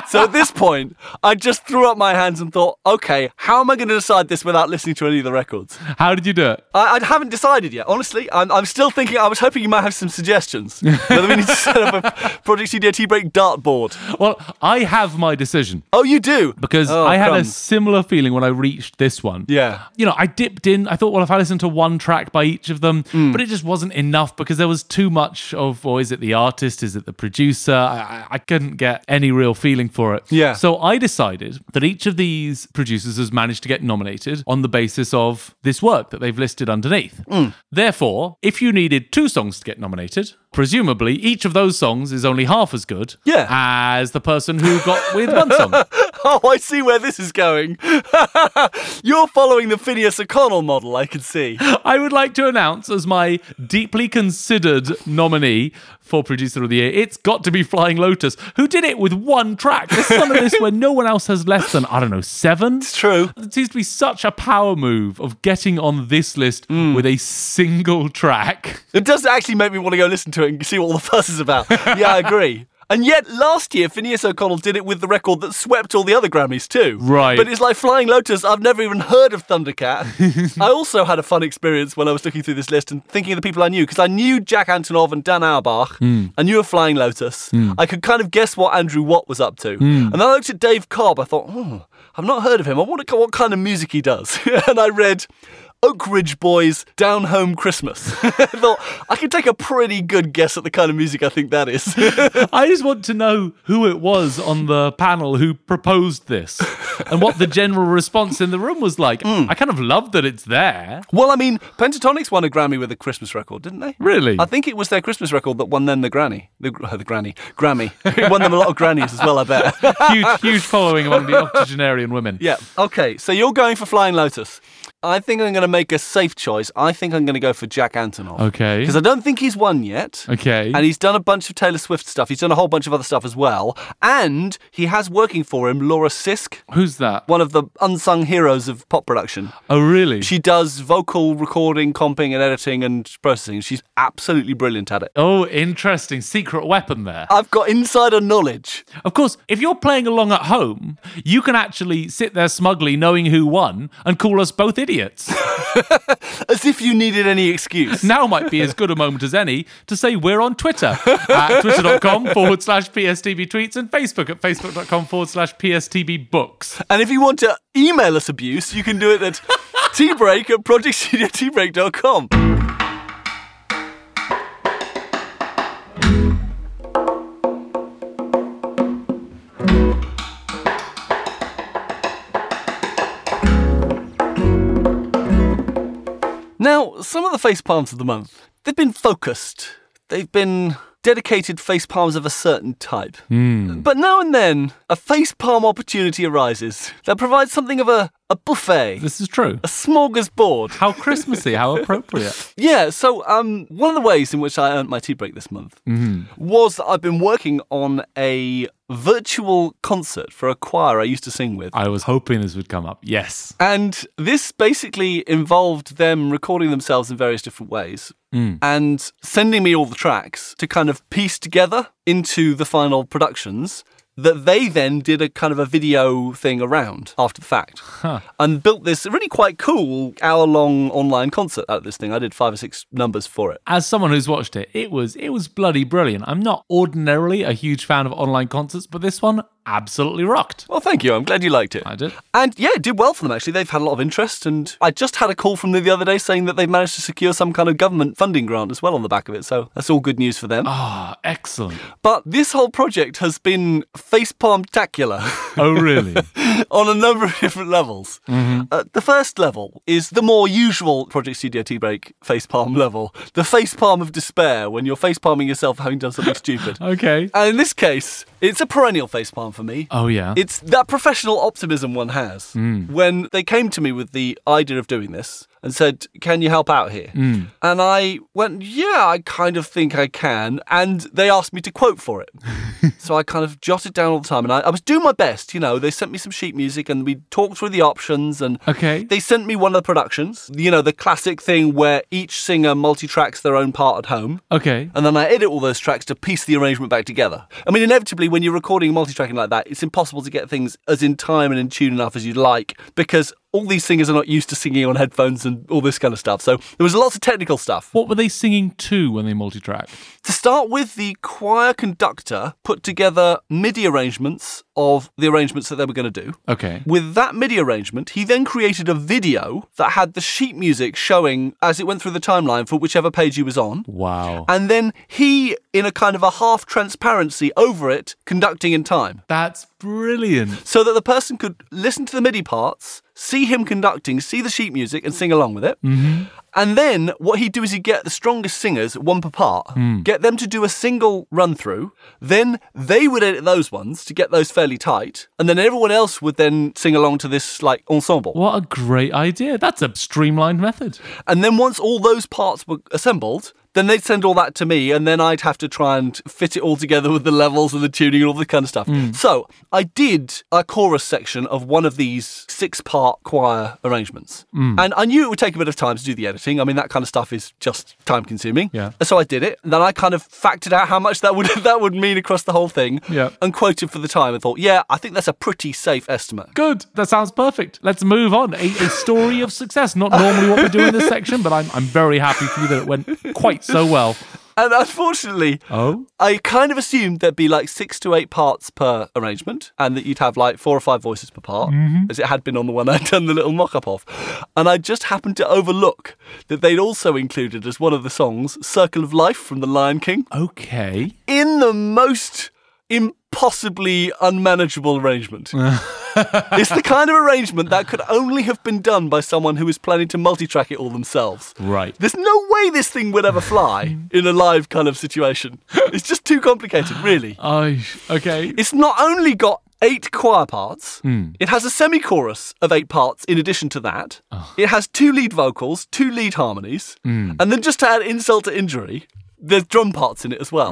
S1: So at this point, I just threw up my hands and thought, okay, how am I going to decide this without listening to any of the records?
S2: How did you do it?
S1: I, I haven't decided yet. Honestly, I'm, I'm still thinking. I was hoping you might have some suggestions. Whether we need to set up a Project CDT break dartboard.
S2: Well, I have my decision
S1: Oh, you do
S2: because
S1: Oh,
S2: I had a
S1: crumbs.
S2: similar feeling when I reached this one.
S1: Yeah.
S2: You know, I dipped in. I thought, well, if I listened to one track by each of them,
S1: Hmm.
S2: but it just wasn't enough because there was too much of, or is it the artist? Is it the producer? I, I I couldn't get any real feeling for it.
S1: Yeah.
S2: So I decided that each of these producers has managed to get nominated on the basis of this work that they've listed underneath.
S1: Hmm.
S2: Therefore, if you needed two songs to get nominated, presumably each of those songs is only half as good
S1: Yeah.
S2: as the person who got with one song.
S1: Oh, I see where this is going. You're following the Phineas O'Connell model. I can see.
S2: I would like to announce as my deeply considered nominee for producer of the year, it's got to be Flying Lotus, who did it with one track. There's some of this where no one else has less than, I don't know, seven.
S1: It's true.
S2: It seems to be such a power move of getting on this list
S1: Hmm.
S2: with a single track.
S1: It does actually make me want to go listen to it and see what all the fuss is about. Yeah, I agree. And yet, last year, Phineas O'Connell did it with the record that swept all the other Grammys, too.
S2: Right.
S1: But it's like Flying Lotus. I've never even heard of Thundercat. I also had a fun experience when I was looking through this list and thinking of the people I knew, because I knew Jack Antonov and Dan Auerbach. I knew of Flying Lotus. I could kind of guess what Andrew Watt was up to. And then I looked at Dave Cobb. I thought, hmm, I've not heard of him. I wonder what kind of music he does. and I read. Oak Ridge Boys Down Home Christmas. I thought I could take a pretty good guess at the kind of music I think that is.
S2: I just want to know who it was on the panel who proposed this and what the general response in the room was like.
S1: Hmm.
S2: I kind of love that it's there.
S1: well, I mean, Pentatonics won a Grammy with a Christmas record, didn't they?
S2: Really?
S1: I think it was their Christmas record that won them the Granny. The, gr- the Granny. Grammy. it won them a lot of Grannies as well, I bet.
S2: huge, huge following among the octogenarian women.
S1: yeah. Okay, so you're going for Flying Lotus. I think I'm going to make a safe choice. I think I'm going to go for Jack Antonoff.
S2: Okay.
S1: Because I don't think he's won yet.
S2: Okay.
S1: And he's done a bunch of Taylor Swift stuff. He's done a whole bunch of other stuff as well. And he has working for him Laura Sisk,
S2: Who's that?
S1: one of the unsung heroes of pop production.
S2: Oh, really?
S1: She does vocal recording, comping, and editing and processing. She's absolutely brilliant at it.
S2: oh, interesting. Secret weapon there.
S1: I've got insider knowledge.
S2: Of course, if you're playing along at home, you can actually sit there smugly knowing who won and call us both idiots.
S1: As if you needed any excuse.
S2: now might be as good a moment as any to say we're on Twitter at twitter.com forward slash PSTB tweets and Facebook at facebook.com forward slash PSTB books.
S1: And if you want to email us abuse, you can do it at tbreak at projectstudiotbreak.com. Now, some of the face palms of the month, they've been focused. They've been dedicated face palms of a certain type. But now and then, a face palm opportunity arises that provides something of a, a buffet,
S2: This is true.
S1: a smorgasbord.
S2: How Christmassy, how appropriate.
S1: Yeah, so um, one of the ways in which I earned my tea break this month was that I've been working on a virtual concert for a choir I used to sing with.
S2: I was hoping this would come up. Yes.
S1: And this basically involved them recording themselves in various different ways and sending me all the tracks to kind of piece together into the final productions that they then did a kind of a video thing around after the fact and built this really quite cool hour long online concert out of this thing. I did five or six numbers for it.
S2: as someone who's watched it, it was it was bloody brilliant. I'm not ordinarily a huge fan of online concerts, but this one absolutely rocked.
S1: Well, thank you. I'm glad you liked it.
S2: I did.
S1: And yeah, it did well for them actually. They've had a lot of interest, and I just had a call from them the other day saying that they've managed to secure some kind of government funding grant as well on the back of it. So that's all good news for them.
S2: Ah, excellent.
S1: But this whole project has been facepalm-tacular
S2: Oh, really?
S1: on a number of different levels.
S2: Mm-hmm.
S1: Uh, the first level is the more usual Project Studio Tea Break facepalm level, the facepalm of despair when you're facepalming yourself for having done something stupid.
S2: okay.
S1: And in this case, it's a perennial facepalm for me.
S2: Oh yeah.
S1: It's that professional optimism one has. When they came to me with the idea of doing this, and said, Can you help out here? And I went, Yeah, I kind of think I can. And they asked me to quote for it. so I kind of jotted down all the time and I, I was doing my best. You know, they sent me some sheet music and we talked through the options and
S2: Okay.
S1: they sent me one of the productions, you know, the classic thing where each singer multi tracks their own part at home.
S2: Okay.
S1: And then I edit all those tracks to piece the arrangement back together. I mean, inevitably, when you're recording multi-tracking like that, it's impossible to get things as in time and in tune enough as you'd like because all these singers are not used to singing on headphones and all this kind of stuff. So there was lots of technical stuff.
S2: What were they singing to when they multi-track?
S1: To start with, the choir conductor put together MIDI arrangements of the arrangements that they were going to do.
S2: Okay.
S1: With that MIDI arrangement, he then created a video that had the sheet music showing as it went through the timeline for whichever page he was on.
S2: Wow.
S1: And then he, in a kind of a half transparency over it, conducting in time.
S2: That's brilliant.
S1: So that the person could listen to the MIDI parts, see him conducting, see the sheet music, and sing along with it. And then what he'd do is he'd get the strongest singers, one per part, get them to do a single run through. Then they would edit those ones to get those fairly tight. And then everyone else would then sing along to this like ensemble.
S2: What a great idea. That's a streamlined method.
S1: And then once all those parts were assembled, then they'd send all that to me, and then I'd have to try and fit it all together with the levels and the tuning and all the kind of stuff.
S2: Hmm.
S1: So I did a chorus section of one of these six part choir arrangements.
S2: Hmm.
S1: And I knew it would take a bit of time to do the editing. I mean, that kind of stuff is just time consuming.
S2: Yeah.
S1: So I did it. And then I kind of factored out how much that would that would mean across the whole thing
S2: Yeah.
S1: and quoted for the time and thought, yeah, I think that's a pretty safe estimate.
S2: Good. That sounds perfect. Let's move on. A, a story of success. Not normally what we do in this section, but I'm, I'm very happy for you that it went quite so well.
S1: And unfortunately,
S2: Oh?
S1: I kind of assumed there'd be like six to eight parts per arrangement and that you'd have like four or five voices per part, as it had been on the one I'd done the little mock up of. And I just happened to overlook that they'd also included as one of the songs Circle of Life from The Lion King
S2: Okay.
S1: in the most impossibly unmanageable arrangement. it's the kind of arrangement that could only have been done by someone who is planning to multi track it all themselves.
S2: Right.
S1: There's no way this thing would ever fly in a live kind of situation. It's just too complicated, really.
S2: I, okay.
S1: It's not only got eight choir parts, it has a semi chorus of eight parts in addition to that. It has two lead vocals, two lead harmonies, and then just to add insult to injury, there's drum parts in it as well.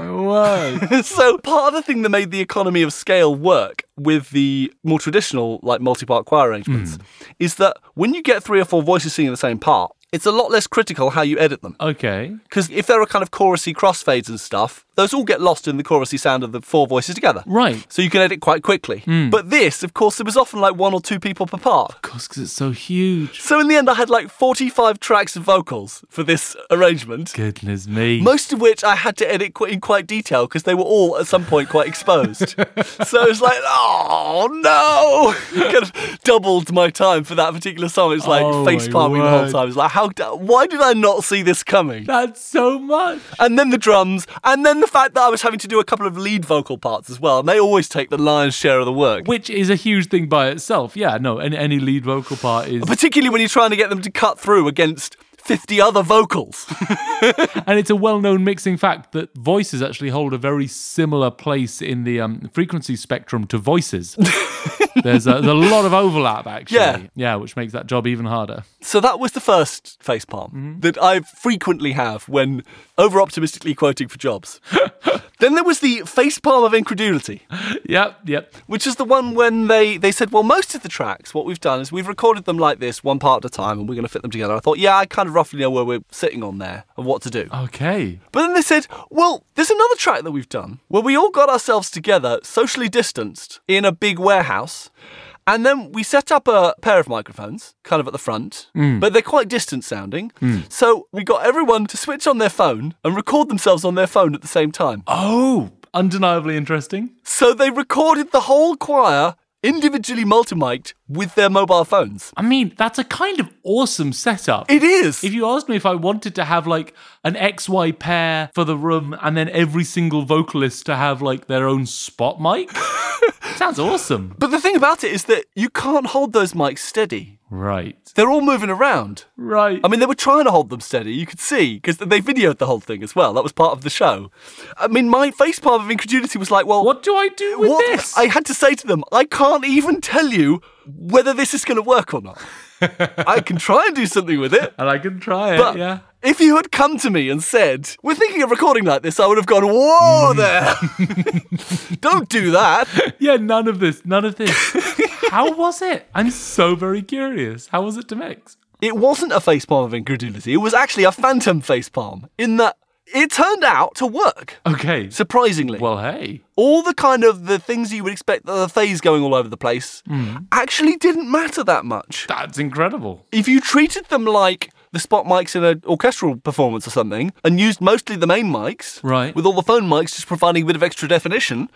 S2: Whoa.
S1: so part of the thing that made the economy of scale work with the more traditional like multi-part choir arrangements is that when you get three or four voices singing the same part, it's a lot less critical how you edit them.
S2: Okay.
S1: Because if there are kind of chorusy crossfades and stuff, those all get lost in the chorusy sound of the four voices together.
S2: Right. Hmm.
S1: So you can edit quite quickly. But this, of course, there was often like one or two people per part.
S2: Of course, because it's so huge.
S1: So in the end, I had like 45 tracks of vocals for this arrangement.
S2: Goodness me.
S1: Most of which I had to edit qu- in quite detail because they were all at some point quite exposed. so it's like, oh no! It kind of doubled my time for that particular song. It's like
S2: Oh, my
S1: face palming the whole
S2: word.
S1: time. It's like, how? d- Why did I not see this coming?
S2: That's so much.
S1: and then the drums, and then the fact that I was having to do a couple of lead vocal parts as well, and they always take the lion's share of the work.
S2: Which is a huge thing by itself. Yeah, no, any, any lead vocal part is.
S1: Particularly when you're trying to get them to cut through against 50 other vocals.
S2: And it's a well known mixing fact that voices actually hold a very similar place in the um, frequency spectrum to voices. there's, a, there's a lot of overlap, actually.
S1: Yeah.
S2: yeah, which makes that job even harder.
S1: so that was the first facepalm that I frequently have when over optimistically quoting for jobs. then there was the facepalm of incredulity.
S2: Yep, yep.
S1: which is the one when they, they said, well, most of the tracks, what we've done is we've recorded them like this, one part at a time, and we're going to fit them together. I thought, yeah, I kind of roughly know where we're sitting on there and what to do.
S2: Okay.
S1: But then they said, well, there's another track that we've done where we all got ourselves together, socially distanced, in a big warehouse. And then we set up a pair of microphones, kind of at the front, but they're quite distant sounding. So we got everyone to switch on their phone and record themselves on their phone at the same time.
S2: Oh, undeniably interesting.
S1: So they recorded the whole choir individually multimiked with their mobile phones.
S2: I mean, that's a kind of awesome setup.
S1: It is.
S2: If you asked me if I wanted to have like an XY pair for the room and then every single vocalist to have like their own spot mic, sounds awesome.
S1: but the thing about it is that you can't hold those mics steady.
S2: Right. Um,
S1: They're all moving around.
S2: Right.
S1: I mean, they were trying to hold them steady, you could see, because they videoed the whole thing as well. That was part of the show. I mean, my face palm of incredulity was like, well,
S2: what do I do with
S1: what-
S2: this?
S1: I had to say to them, I can't even tell you whether this is going to work or not. I can try and do something with it.
S2: and I can try it.
S1: But
S2: yeah.
S1: if you had come to me and said, We're thinking of recording like this, I would have gone,
S2: Mm.
S1: Whoa there! Don't do that.
S2: Yeah, none of this, none of this. How was it? I'm so very curious. How was it to mix?
S1: It wasn't a facepalm of incredulity, it was actually a phantom facepalm in that it turned out to work.
S2: Okay.
S1: Surprisingly,
S2: well, hey.
S1: all the kind of the things you would expect the phase going all over the place
S2: Hmm.
S1: actually didn't matter that much.
S2: That's incredible.
S1: if you treated them like the spot mics in an orchestral performance or something and used mostly the main mics
S2: Right.
S1: with all the phone mics just providing a bit of extra definition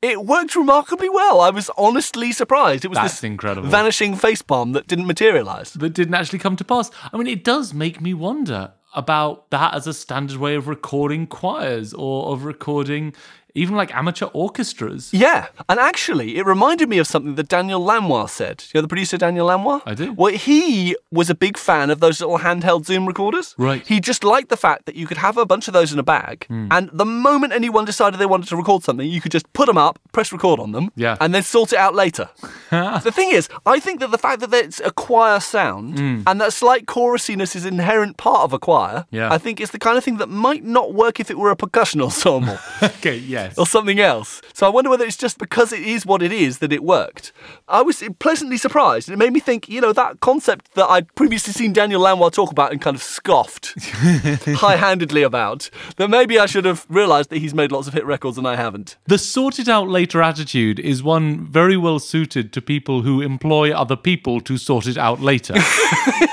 S1: it worked remarkably well i was honestly surprised it was
S2: That's
S1: this
S2: incredible.
S1: vanishing face bomb that didn't materialize
S2: that didn't actually come to pass. I mean, it does make me wonder about that as a standard way of recording choirs or of recording even like amateur orchestras.
S1: yeah, and actually, it reminded me of something that Daniel Lanois said. You know the producer Daniel Lanois?
S2: I do.
S1: Well, he was a big fan of those little handheld Zoom recorders.
S2: Right. Hmm.
S1: He just liked the fact that you could have a bunch of those in a bag, and the moment anyone decided they wanted to record something, you could just put them up, press record on them,
S2: Yeah.
S1: and then sort it out later. the thing is, I think that the fact that it's a choir sound
S2: Hmm.
S1: and that slight chorusiness is an inherent part of a choir,
S2: Yeah.
S1: I think it's the kind of thing that might not work if it were a percussion ensemble
S2: Okay, yes.
S1: or something else. So I wonder whether it's just because it is what it is that it worked. I was pleasantly surprised. and It made me think, you know, that concept that I'd previously seen Daniel Lanois talk about and kind of scoffed high handedly about, that maybe I should have realised that he's made lots of hit records and I haven't.
S2: The sorted out later attitude is one very well suited to people who employ other people to sort it out later.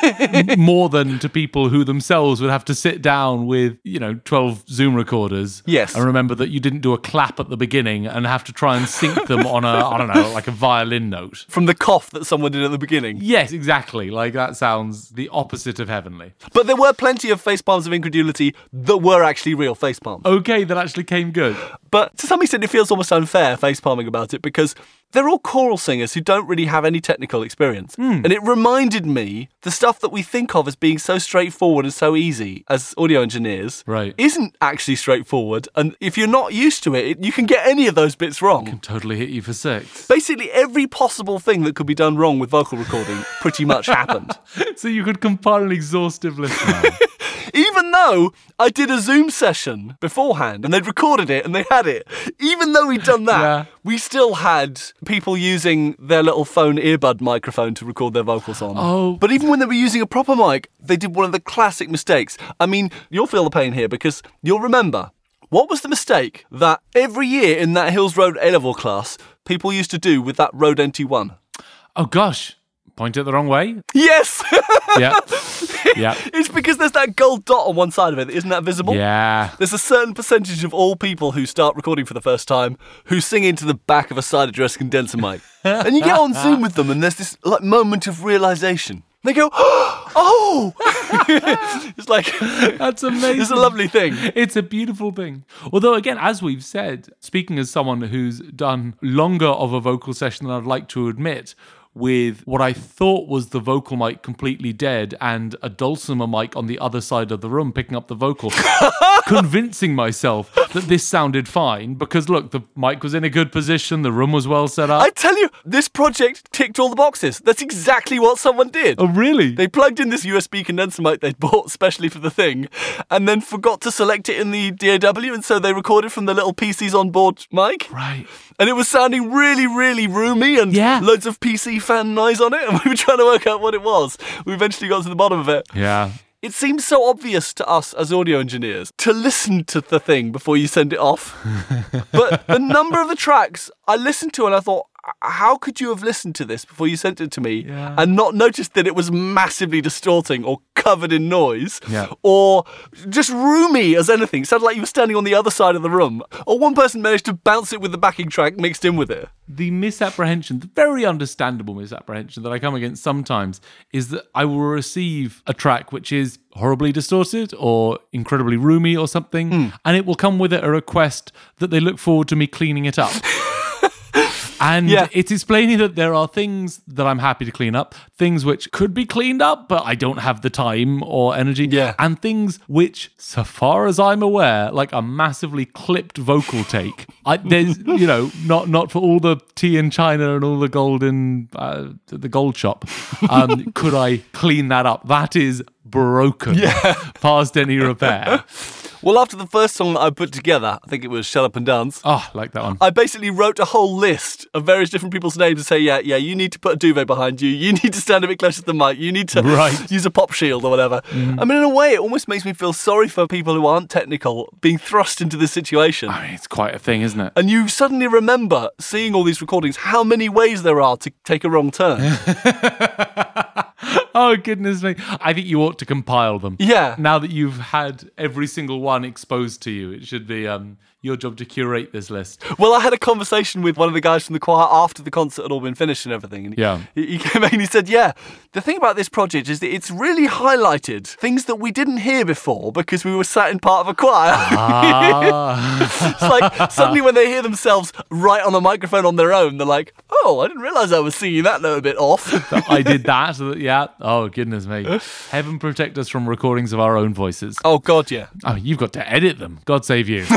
S2: M- More than to people who themselves would have to sit down with, you know, 12 Zoom recorders.
S1: Yes.
S2: And remember that you didn't do a clap at the beginning and have to try and sync them on a, I don't know, like a violin note.
S1: From the cough that someone did at the beginning.
S2: Yes, exactly. Like that sounds the opposite of heavenly.
S1: But there were plenty of face palms of incredulity that were actually real face palms.
S2: Okay, that actually came good.
S1: But to some extent, it feels almost unfair facepalming about it because they're all choral singers who don't really have any technical experience. And it reminded me the stuff that we think of as being so straightforward and so easy as audio engineers
S2: Right.
S1: isn't actually straightforward. And if you're not used to it, it- you can get any of those bits wrong.
S2: Totally hit you for six.
S1: Basically, every possible thing that could be done wrong with vocal recording pretty much happened.
S2: So you could compile an exhaustive list now.
S1: Even though I did a Zoom session beforehand and they'd recorded it and they had it, even though we'd done that,
S2: Yeah.
S1: we still had people using their little phone earbud microphone to record their vocals on.
S2: Oh.
S1: But even when they were using a proper mic, they did one of the classic mistakes. I mean, you'll feel the pain here because you'll remember. What was the mistake that every year in that Hills Road A level class, people used to do with that Road NT1?
S2: oh gosh, point it the wrong way.
S1: Yes!
S2: Yeah, yeah,
S1: it's because there's that gold dot on one side of it. Isn't that
S2: Oh.
S1: visible?
S2: yeah.
S1: There's a certain percentage of all people who start recording for the first time who sing into the back of a side address condenser mic. and you get on Zoom with them and there's this like moment of realization. They go, "Oh!" it's like
S2: That's amazing.
S1: it's a lovely thing.
S2: It's a beautiful thing. Although, again, as we've said, speaking as someone who's done longer of a vocal session than I'd like to admit, with what I thought was the vocal mic completely dead and a dulcimer mic on the other side of the room picking up the vocal, convincing myself that this sounded fine because look, the mic was in a good position, the room was well set up.
S1: I tell you, this project ticked all the boxes. That's exactly what someone did.
S2: oh, really?
S1: They plugged in this USB condenser mic they'd bought specially for the thing and then forgot to select it in the DAW and so they recorded from the little PCs on board mic.
S2: right.
S1: and it was sounding really, really roomy and
S2: Yeah.
S1: loads of PC fan noise on it. And we were trying to work out what it was. We eventually got to the bottom of it.
S2: Yeah.
S1: It seems so obvious to us as audio engineers to listen to the thing before you send it off. but the number of the tracks I listened to and I thought, "H- how could you have listened to this before you sent it to me
S2: Yeah.
S1: and not noticed that it was massively distorting or covered in noise
S2: Yeah.
S1: or just roomy as anything? It sounded like you were standing on the other side of the room. Or one person managed to bounce it with the backing track mixed in with it.
S2: the misapprehension, the very understandable misapprehension that I come against sometimes is that I will receive a track which is horribly distorted or incredibly roomy or something, and it will come with it a request that they look forward to me cleaning it up. And
S1: Yeah.
S2: it's explaining that there are things that I'm happy to clean up, things which could be cleaned up, but I don't have the time or energy.
S1: Yeah.
S2: And things which, so far as I'm aware, like a massively clipped vocal take. I, there's, you know, not not for all the tea in China and all the golden, uh, the gold shop. Um, could I clean that up? That is broken past any repair.
S1: Well, after the first song that I put together, I think it was Shut Up and Dance.
S2: Oh, like that one.
S1: I basically wrote a whole list of various different people's names and say, yeah, yeah, you need to put a duvet behind you. You need to stand a bit closer to the mic. You need to
S2: Right. Mm.
S1: use a pop shield or whatever. I mean, in a way, it almost makes me feel sorry for people who aren't technical being thrust into this situation.
S2: I mean, it's quite a thing, isn't it?
S1: And you suddenly remember seeing all these recordings, how many ways there are to take a wrong turn.
S2: Oh goodness me! I think you ought to compile them.
S1: Yeah.
S2: Now that you've had every single one exposed to you, it should be um, your job to curate this list.
S1: well, I had a conversation with one of the guys from the choir after the concert had all been finished and everything. And
S2: Yeah.
S1: He, he came back and he said, Yeah, the thing about this project is that it's really highlighted things that we didn't hear before because we were sat in part of a choir. it's like suddenly when they hear themselves right on a microphone on their own, they're like, Oh, I didn't realize I was singing that note a bit off.
S2: I did that. so that- Yeah. Oh goodness me! Heaven protect us from recordings of our own voices.
S1: oh, God, yeah.
S2: Oh, you've got to edit them. God save you.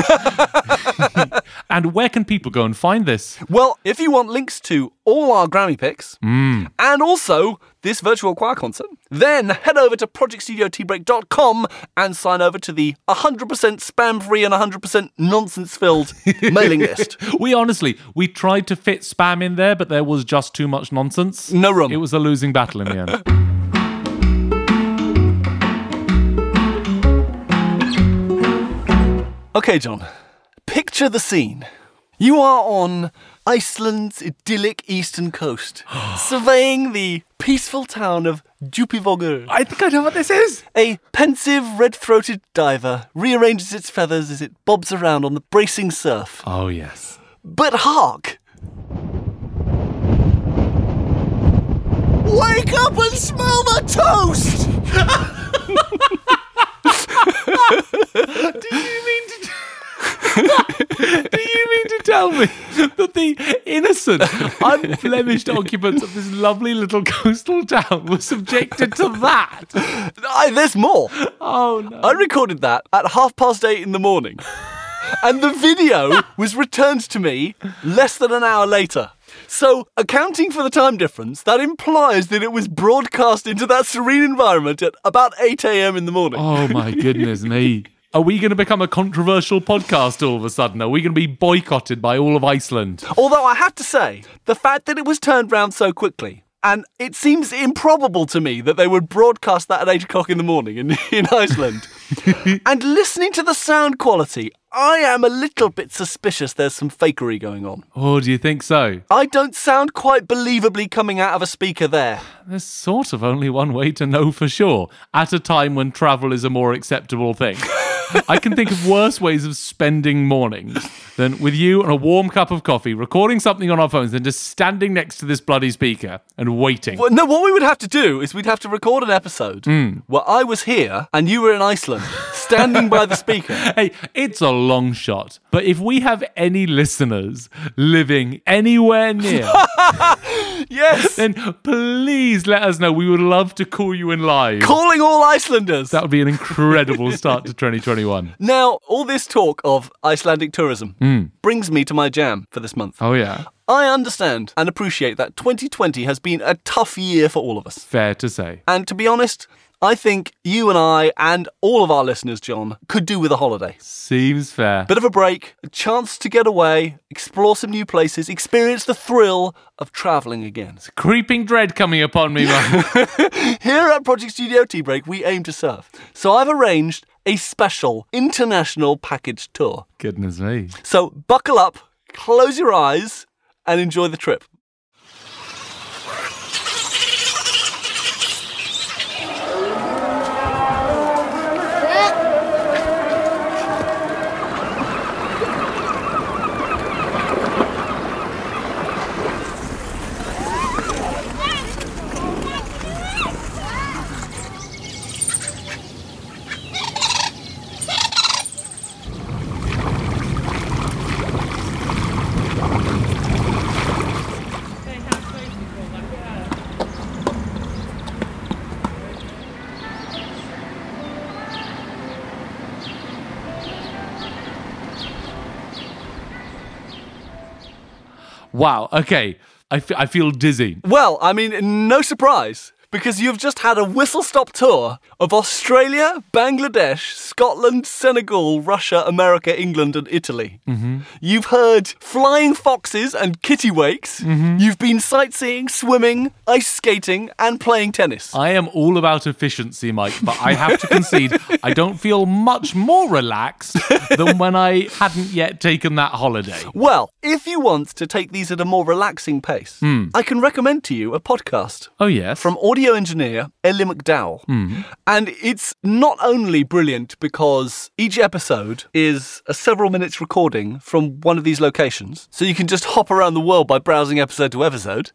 S2: and where can people go and find this?
S1: Well, if you want links to all our Grammy picks and also this virtual choir concert, then head over to projectstudiotbreak.com and sign over to the 100% spam free and 100% nonsense filled mailing list.
S2: We honestly, we tried to fit spam in there, but there was just too much nonsense.
S1: No room.
S2: It was a losing battle in the end.
S1: Okay, John, picture the scene. You are on Iceland's idyllic eastern coast, surveying the peaceful town of Djúpivogur.
S2: I think I know what this is.
S1: A pensive red throated diver rearranges its feathers as it bobs around on the bracing surf.
S2: Oh yes.
S1: But hark! Wake up and smell the toast!
S2: Do you mean to tell me that the innocent, unblemished occupants of this lovely little coastal town were subjected to that?
S1: I, there's more.
S2: Oh no.
S1: I recorded that at half past eight in the morning. And the video was returned to me less than an hour later. So, accounting for the time difference, that implies that it was broadcast into that serene environment at about 8 a.m. in the morning.
S2: Oh my goodness me. Are we going to become a controversial podcast all of a sudden? Are we going to be boycotted by all of Iceland?
S1: Although I have to say, the fact that it was turned round so quickly, and it seems improbable to me that they would broadcast that at 8 o'clock in the morning in, in Iceland. and listening to the sound quality, I am a little bit suspicious there's some fakery going on.
S2: Oh, do you think so?
S1: I don't sound quite believably coming out of a speaker there.
S2: There's sort of only one way to know for sure at a time when travel is a more acceptable thing. I can think of worse ways of spending mornings than with you and a warm cup of coffee, recording something on our phones, than just standing next to this bloody speaker and waiting.
S1: Well, no, what we would have to do is we'd have to record an episode where I was here and you were in Iceland, standing by the speaker.
S2: Hey, it's a long shot, but if we have any listeners living anywhere near,
S1: Yes!
S2: then please let us know. We would love to call you in live.
S1: Calling all Icelanders!
S2: that would be an incredible start to 2021.
S1: Now, all this talk of Icelandic tourism brings me to my jam for this month.
S2: Oh, yeah.
S1: I understand and appreciate that 2020 has been a tough year for all of us.
S2: Fair to say.
S1: And to be honest, I think you and I and all of our listeners, John, could do with a holiday.
S2: Seems fair.
S1: Bit of a break, a chance to get away, explore some new places, experience the thrill of travelling again.
S2: creeping dread coming upon me. man.
S1: Here at Project Studio Tea Break, we aim to serve. So I've arranged a special international package tour.
S2: Goodness me.
S1: So buckle up, close your eyes, and enjoy the trip.
S2: Wow. Okay. I fe- I feel dizzy.
S1: Well, I mean, no surprise, because you've just had a whistle stop tour of Australia, Bangladesh, Scotland, Senegal, Russia, America, England, and Italy. Mm-hmm. You've heard flying foxes and kittiwakes. You've been sightseeing, swimming, ice skating, and playing tennis.
S2: I am all about efficiency, Mike, but I have to concede I don't feel much more relaxed than when I hadn't yet taken that holiday.
S1: Well, if you want to take these at a more relaxing pace, I can recommend to you a podcast.
S2: Oh yes.
S1: from audio engineer Ellie McDowell. And it's not only brilliant because each episode is a several minutes recording from one of these locations. So you can just hop around the world by browsing episode to episode.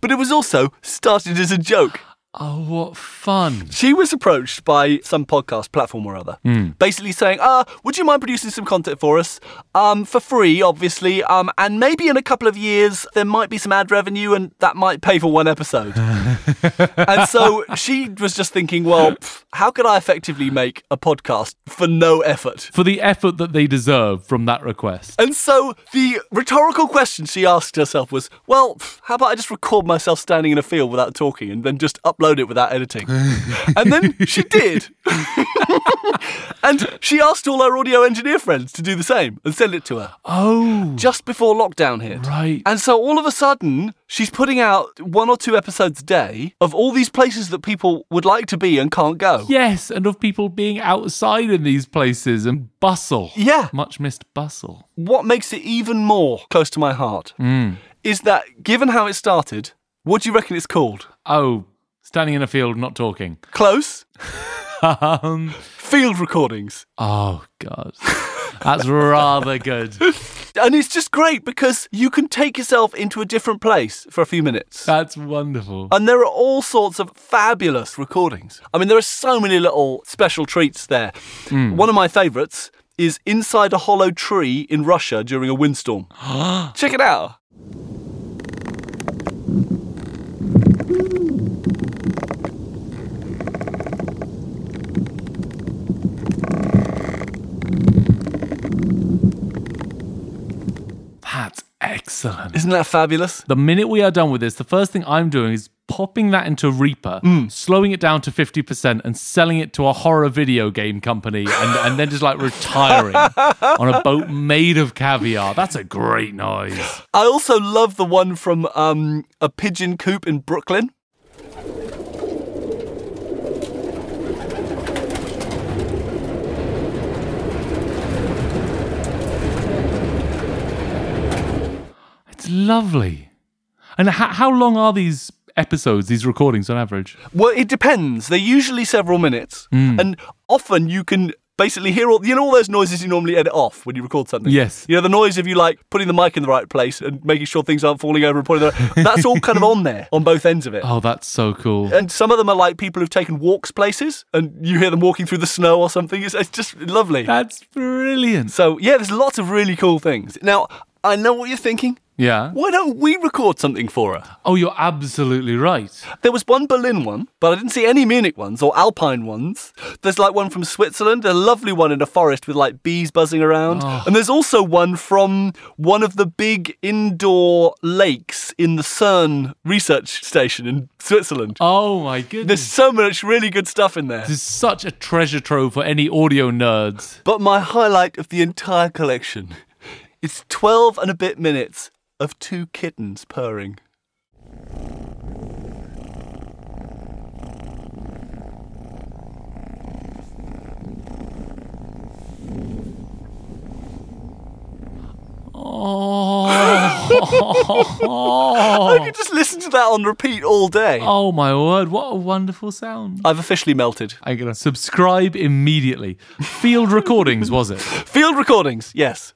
S1: But it was also started as a joke.
S2: Oh, what fun.
S1: She was approached by some podcast platform or other, basically saying, uh, would you mind producing some content for us? Um, for free, obviously. Um, and maybe in a couple of years, there might be some ad revenue and that might pay for one episode. and so she was just thinking, well, pff, how could I effectively make a podcast for no effort?
S2: For the effort that they deserve from that request.
S1: And so the rhetorical question she asked herself was, well, pff, how about I just record myself standing in a field without talking and then just upload it without editing? and then she did. and she asked all her audio engineer friends to do the same and send it to her
S2: Oh.
S1: just before lockdown hit.
S2: Right.
S1: And so all of a sudden, she's putting out one or two episodes a day of all these places that people would like to be and can't go.
S2: Yes, and of people being outside in these places and bustle.
S1: Yeah.
S2: Much missed bustle.
S1: what makes it even more close to my heart is that given how it started, what do you reckon it's called?
S2: Oh, standing in a field, not talking.
S1: Close?
S2: Um,
S1: Field recordings.
S2: oh, God. That's rather good.
S1: And it's just great because you can take yourself into a different place for a few minutes.
S2: That's wonderful.
S1: And there are all sorts of fabulous recordings. I mean, there are so many little special treats there. One of my favourites is inside a hollow tree in Russia during a windstorm. Check it out.
S2: That's excellent.
S1: Isn't that fabulous?
S2: The minute we are done with this, the first thing I'm doing is popping that into Reaper, slowing it down to 50%, and selling it to a horror video game company, and, and then just like retiring on a boat made of caviar. That's a great noise.
S1: I also love the one from um, a pigeon coop in Brooklyn.
S2: It's lovely. And ho- how long are these episodes, these recordings on average?
S1: Well, it depends. They're usually several minutes, and often you can basically hear all you know all those noises you normally edit off when you record something.
S2: Yes.
S1: you know the noise of you like putting the mic in the right place and making sure things aren't falling over and pointing. The, that's all kind of on there on both ends of it.
S2: Oh, that's so cool.
S1: And some of them are like people who've taken walks places, and you hear them walking through the snow or something. It's, it's just lovely.
S2: That's brilliant.
S1: So yeah, there's lots of really cool things. Now I know what you're thinking.
S2: Yeah.
S1: Why don't we record something for her?
S2: Oh, you're absolutely right.
S1: There was one Berlin one, but I didn't see any Munich ones or Alpine ones. There's like one from Switzerland, a lovely one in a forest with like bees buzzing around. And there's also one from one of the big indoor lakes in the CERN research station in Switzerland.
S2: Oh, my goodness.
S1: There's so much really good stuff in there.
S2: This is such a treasure trove for any audio nerds.
S1: But my highlight of the entire collection is 12 and a bit minutes of two kittens purring.
S2: Oh,
S1: I could just listen to that on repeat all day.
S2: Oh my word, what a wonderful sound.
S1: I've officially melted.
S2: I'm going to subscribe immediately. Field recordings, was it?
S1: Field recordings, yes.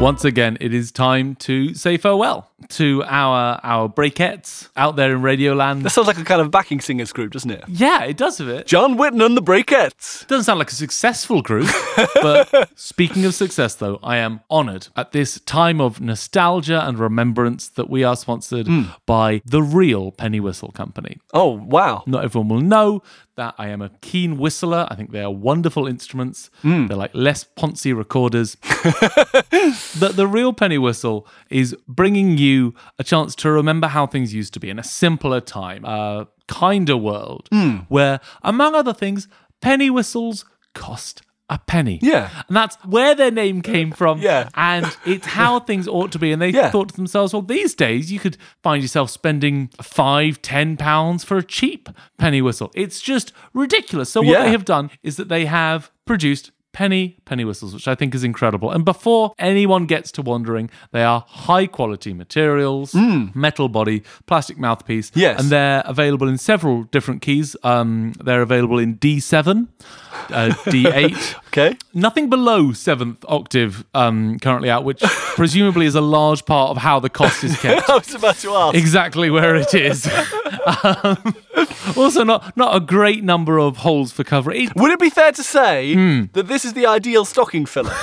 S2: Once again, it is time to say farewell to our our breakettes out there in
S1: That
S2: Radioland.
S1: sounds like a kind of backing singers group, doesn't it?
S2: Yeah, it does a bit.
S1: John Whitten and the Breakettes.
S2: Doesn't sound like a successful group, but speaking of success, though, I am honored at this time of nostalgia and remembrance that we are sponsored by the real Penny Whistle Company.
S1: Oh, wow.
S2: Not everyone will know that I am a keen whistler. I think they are wonderful instruments.
S1: Hmm.
S2: They're like Les Ponce recorders. that the real penny whistle is bringing you a chance to remember how things used to be in a simpler time, a kinder world
S1: Hmm.
S2: where, among other things, penny whistles cost a penny.
S1: Yeah.
S2: And that's where their name came from.
S1: Yeah.
S2: And it's how things ought to be. And they
S1: Yeah.
S2: thought to themselves, well, these days you could find yourself spending five, ten pounds for a cheap penny whistle. It's just ridiculous. So what
S1: Yeah.
S2: they have done is that they have produced penny penny whistles, which I think is incredible. And before anyone gets to wondering, they are high quality materials, metal body, plastic mouthpiece.
S1: Hmm. Yes.
S2: And they're available in several different keys. Um, they're available in D7, uh, D8,
S1: Okay.
S2: Nothing below seventh octave um, currently out, which presumably is a large part of how the cost is kept.
S1: I was about to ask.
S2: Exactly where it is. Um, also, not not a great number of holes for cover. It-
S1: Would it be fair to say that this is the ideal stocking filler?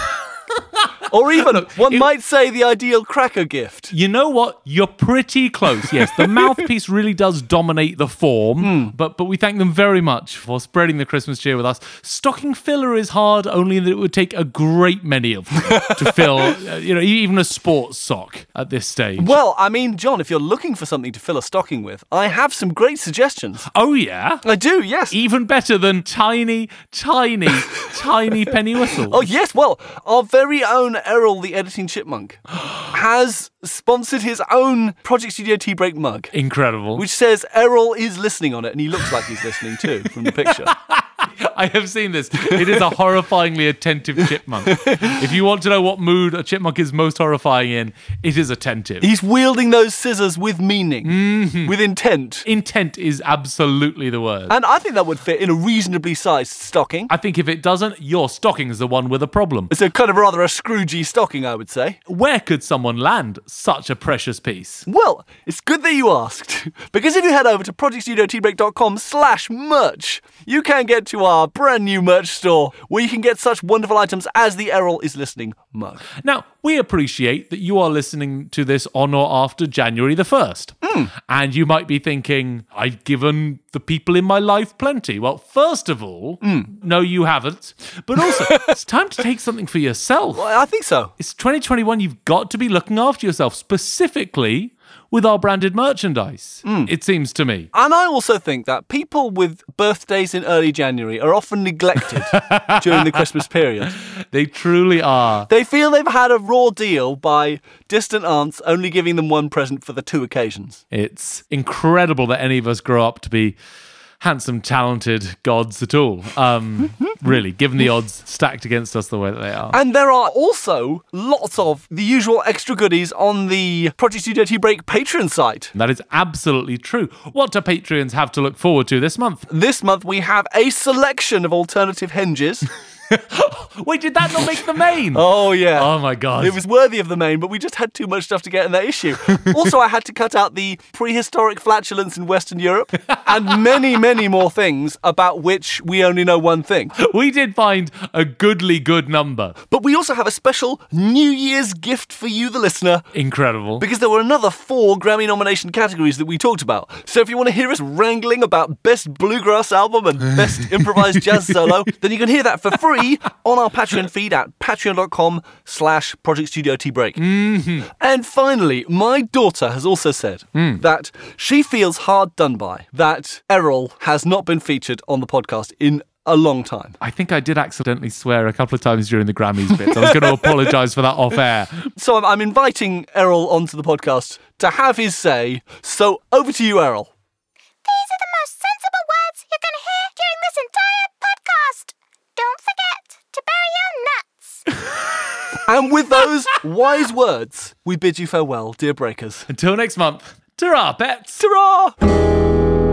S1: or even, one might say, the ideal cracker gift?
S2: you know what? You're pretty close. Yes, the mouthpiece really does dominate the form, but but we thank them very much for spreading the Christmas cheer with us. Stocking filler is hard, only in that it would take a great many of them to fill, uh, you know, even a sports sock at this stage.
S1: Well, I mean, John, if you're looking for something to fill a stocking with, I have some great suggestions.
S2: Oh yeah.
S1: I do, yes.
S2: even better than tiny, tiny, tiny penny whistle.
S1: Oh, yes, well, our very own Errol the Editing Chipmunk has sponsored his own Project Studio Tea Break mug,
S2: Incredible.
S1: which says Errol is listening on it, and he looks like he's listening too from the picture.
S2: I have seen this. It is a horrifyingly attentive chipmunk. if you want to know what mood a chipmunk is most horrifying in, it is attentive.
S1: He's wielding those scissors with meaning, with intent.
S2: Intent is absolutely the word.
S1: And I think that would fit in a reasonably sized stocking.
S2: I think if it doesn't, your stocking's the one with a problem.
S1: It's a kind of rather a Scroogey stocking, I would say.
S2: Where could someone land such a precious piece?
S1: Well, it's good that you asked, because if you head over to projectstudiotbreak.com slash merch, you can get to our brand new merch store, where you can get such wonderful items as the Errol is listening mug.
S2: Now, we appreciate that you are listening to this on or after January the 1st. And you might be thinking, I've given the people in my life plenty. Well, first of all, no, you haven't. But also, it's time to take something for yourself.
S1: I I think so.
S2: It's 2021. You've got to be looking after yourself, specifically with our branded merchandise, it seems to me.
S1: And I also think that people with birthdays in early January are often neglected during the Christmas period.
S2: They truly are.
S1: They feel they've had a raw deal by distant aunts only giving them one present for the two occasions.
S2: It's incredible that any of us grow up to be handsome, talented gods at all. Um, really, given the odds stacked against us the way that they are.
S1: And there are also lots of the usual extra goodies on the Project Studio Tea Break Patreon site.
S2: That is absolutely true. What do Patreons have to look forward to this month?
S1: This month we have a selection of alternative hinges.
S2: Wait, did that not make the main? oh,
S1: oh yeah.
S2: my God.
S1: it was worthy of the main, but we just had too much stuff to get in that issue. also, I had to cut out the prehistoric flatulence in Western Europe and many, many more things about which we only know one thing.
S2: we did find a goodly good number.
S1: But we also have a special New Year's gift for you, the listener,
S2: Incredible.
S1: because there were another four Grammy nomination categories that we talked about. So if you want to hear us wrangling about Best Bluegrass Album and Best Improvised Jazz Solo, then you can hear that for free on our Patreon feed at patreon.com slash Project Studio Tea Break. And finally, my daughter has also said that she feels hard done by that Errol has not been featured on the podcast in a long time.
S2: I think I did accidentally swear a couple of times during the Grammys bits. I was going to apologize for that off air.
S1: So I'm, I'm inviting Errol onto the podcast to have his say. So over to you, Errol.
S3: These are the most sensible words you're going to
S1: And
S3: hear during this entire podcast. Don't forget to bury your nuts.
S1: with those wise words, we bid you farewell, dear breakers.
S2: Until next month, ta pets!
S1: Ta-ra!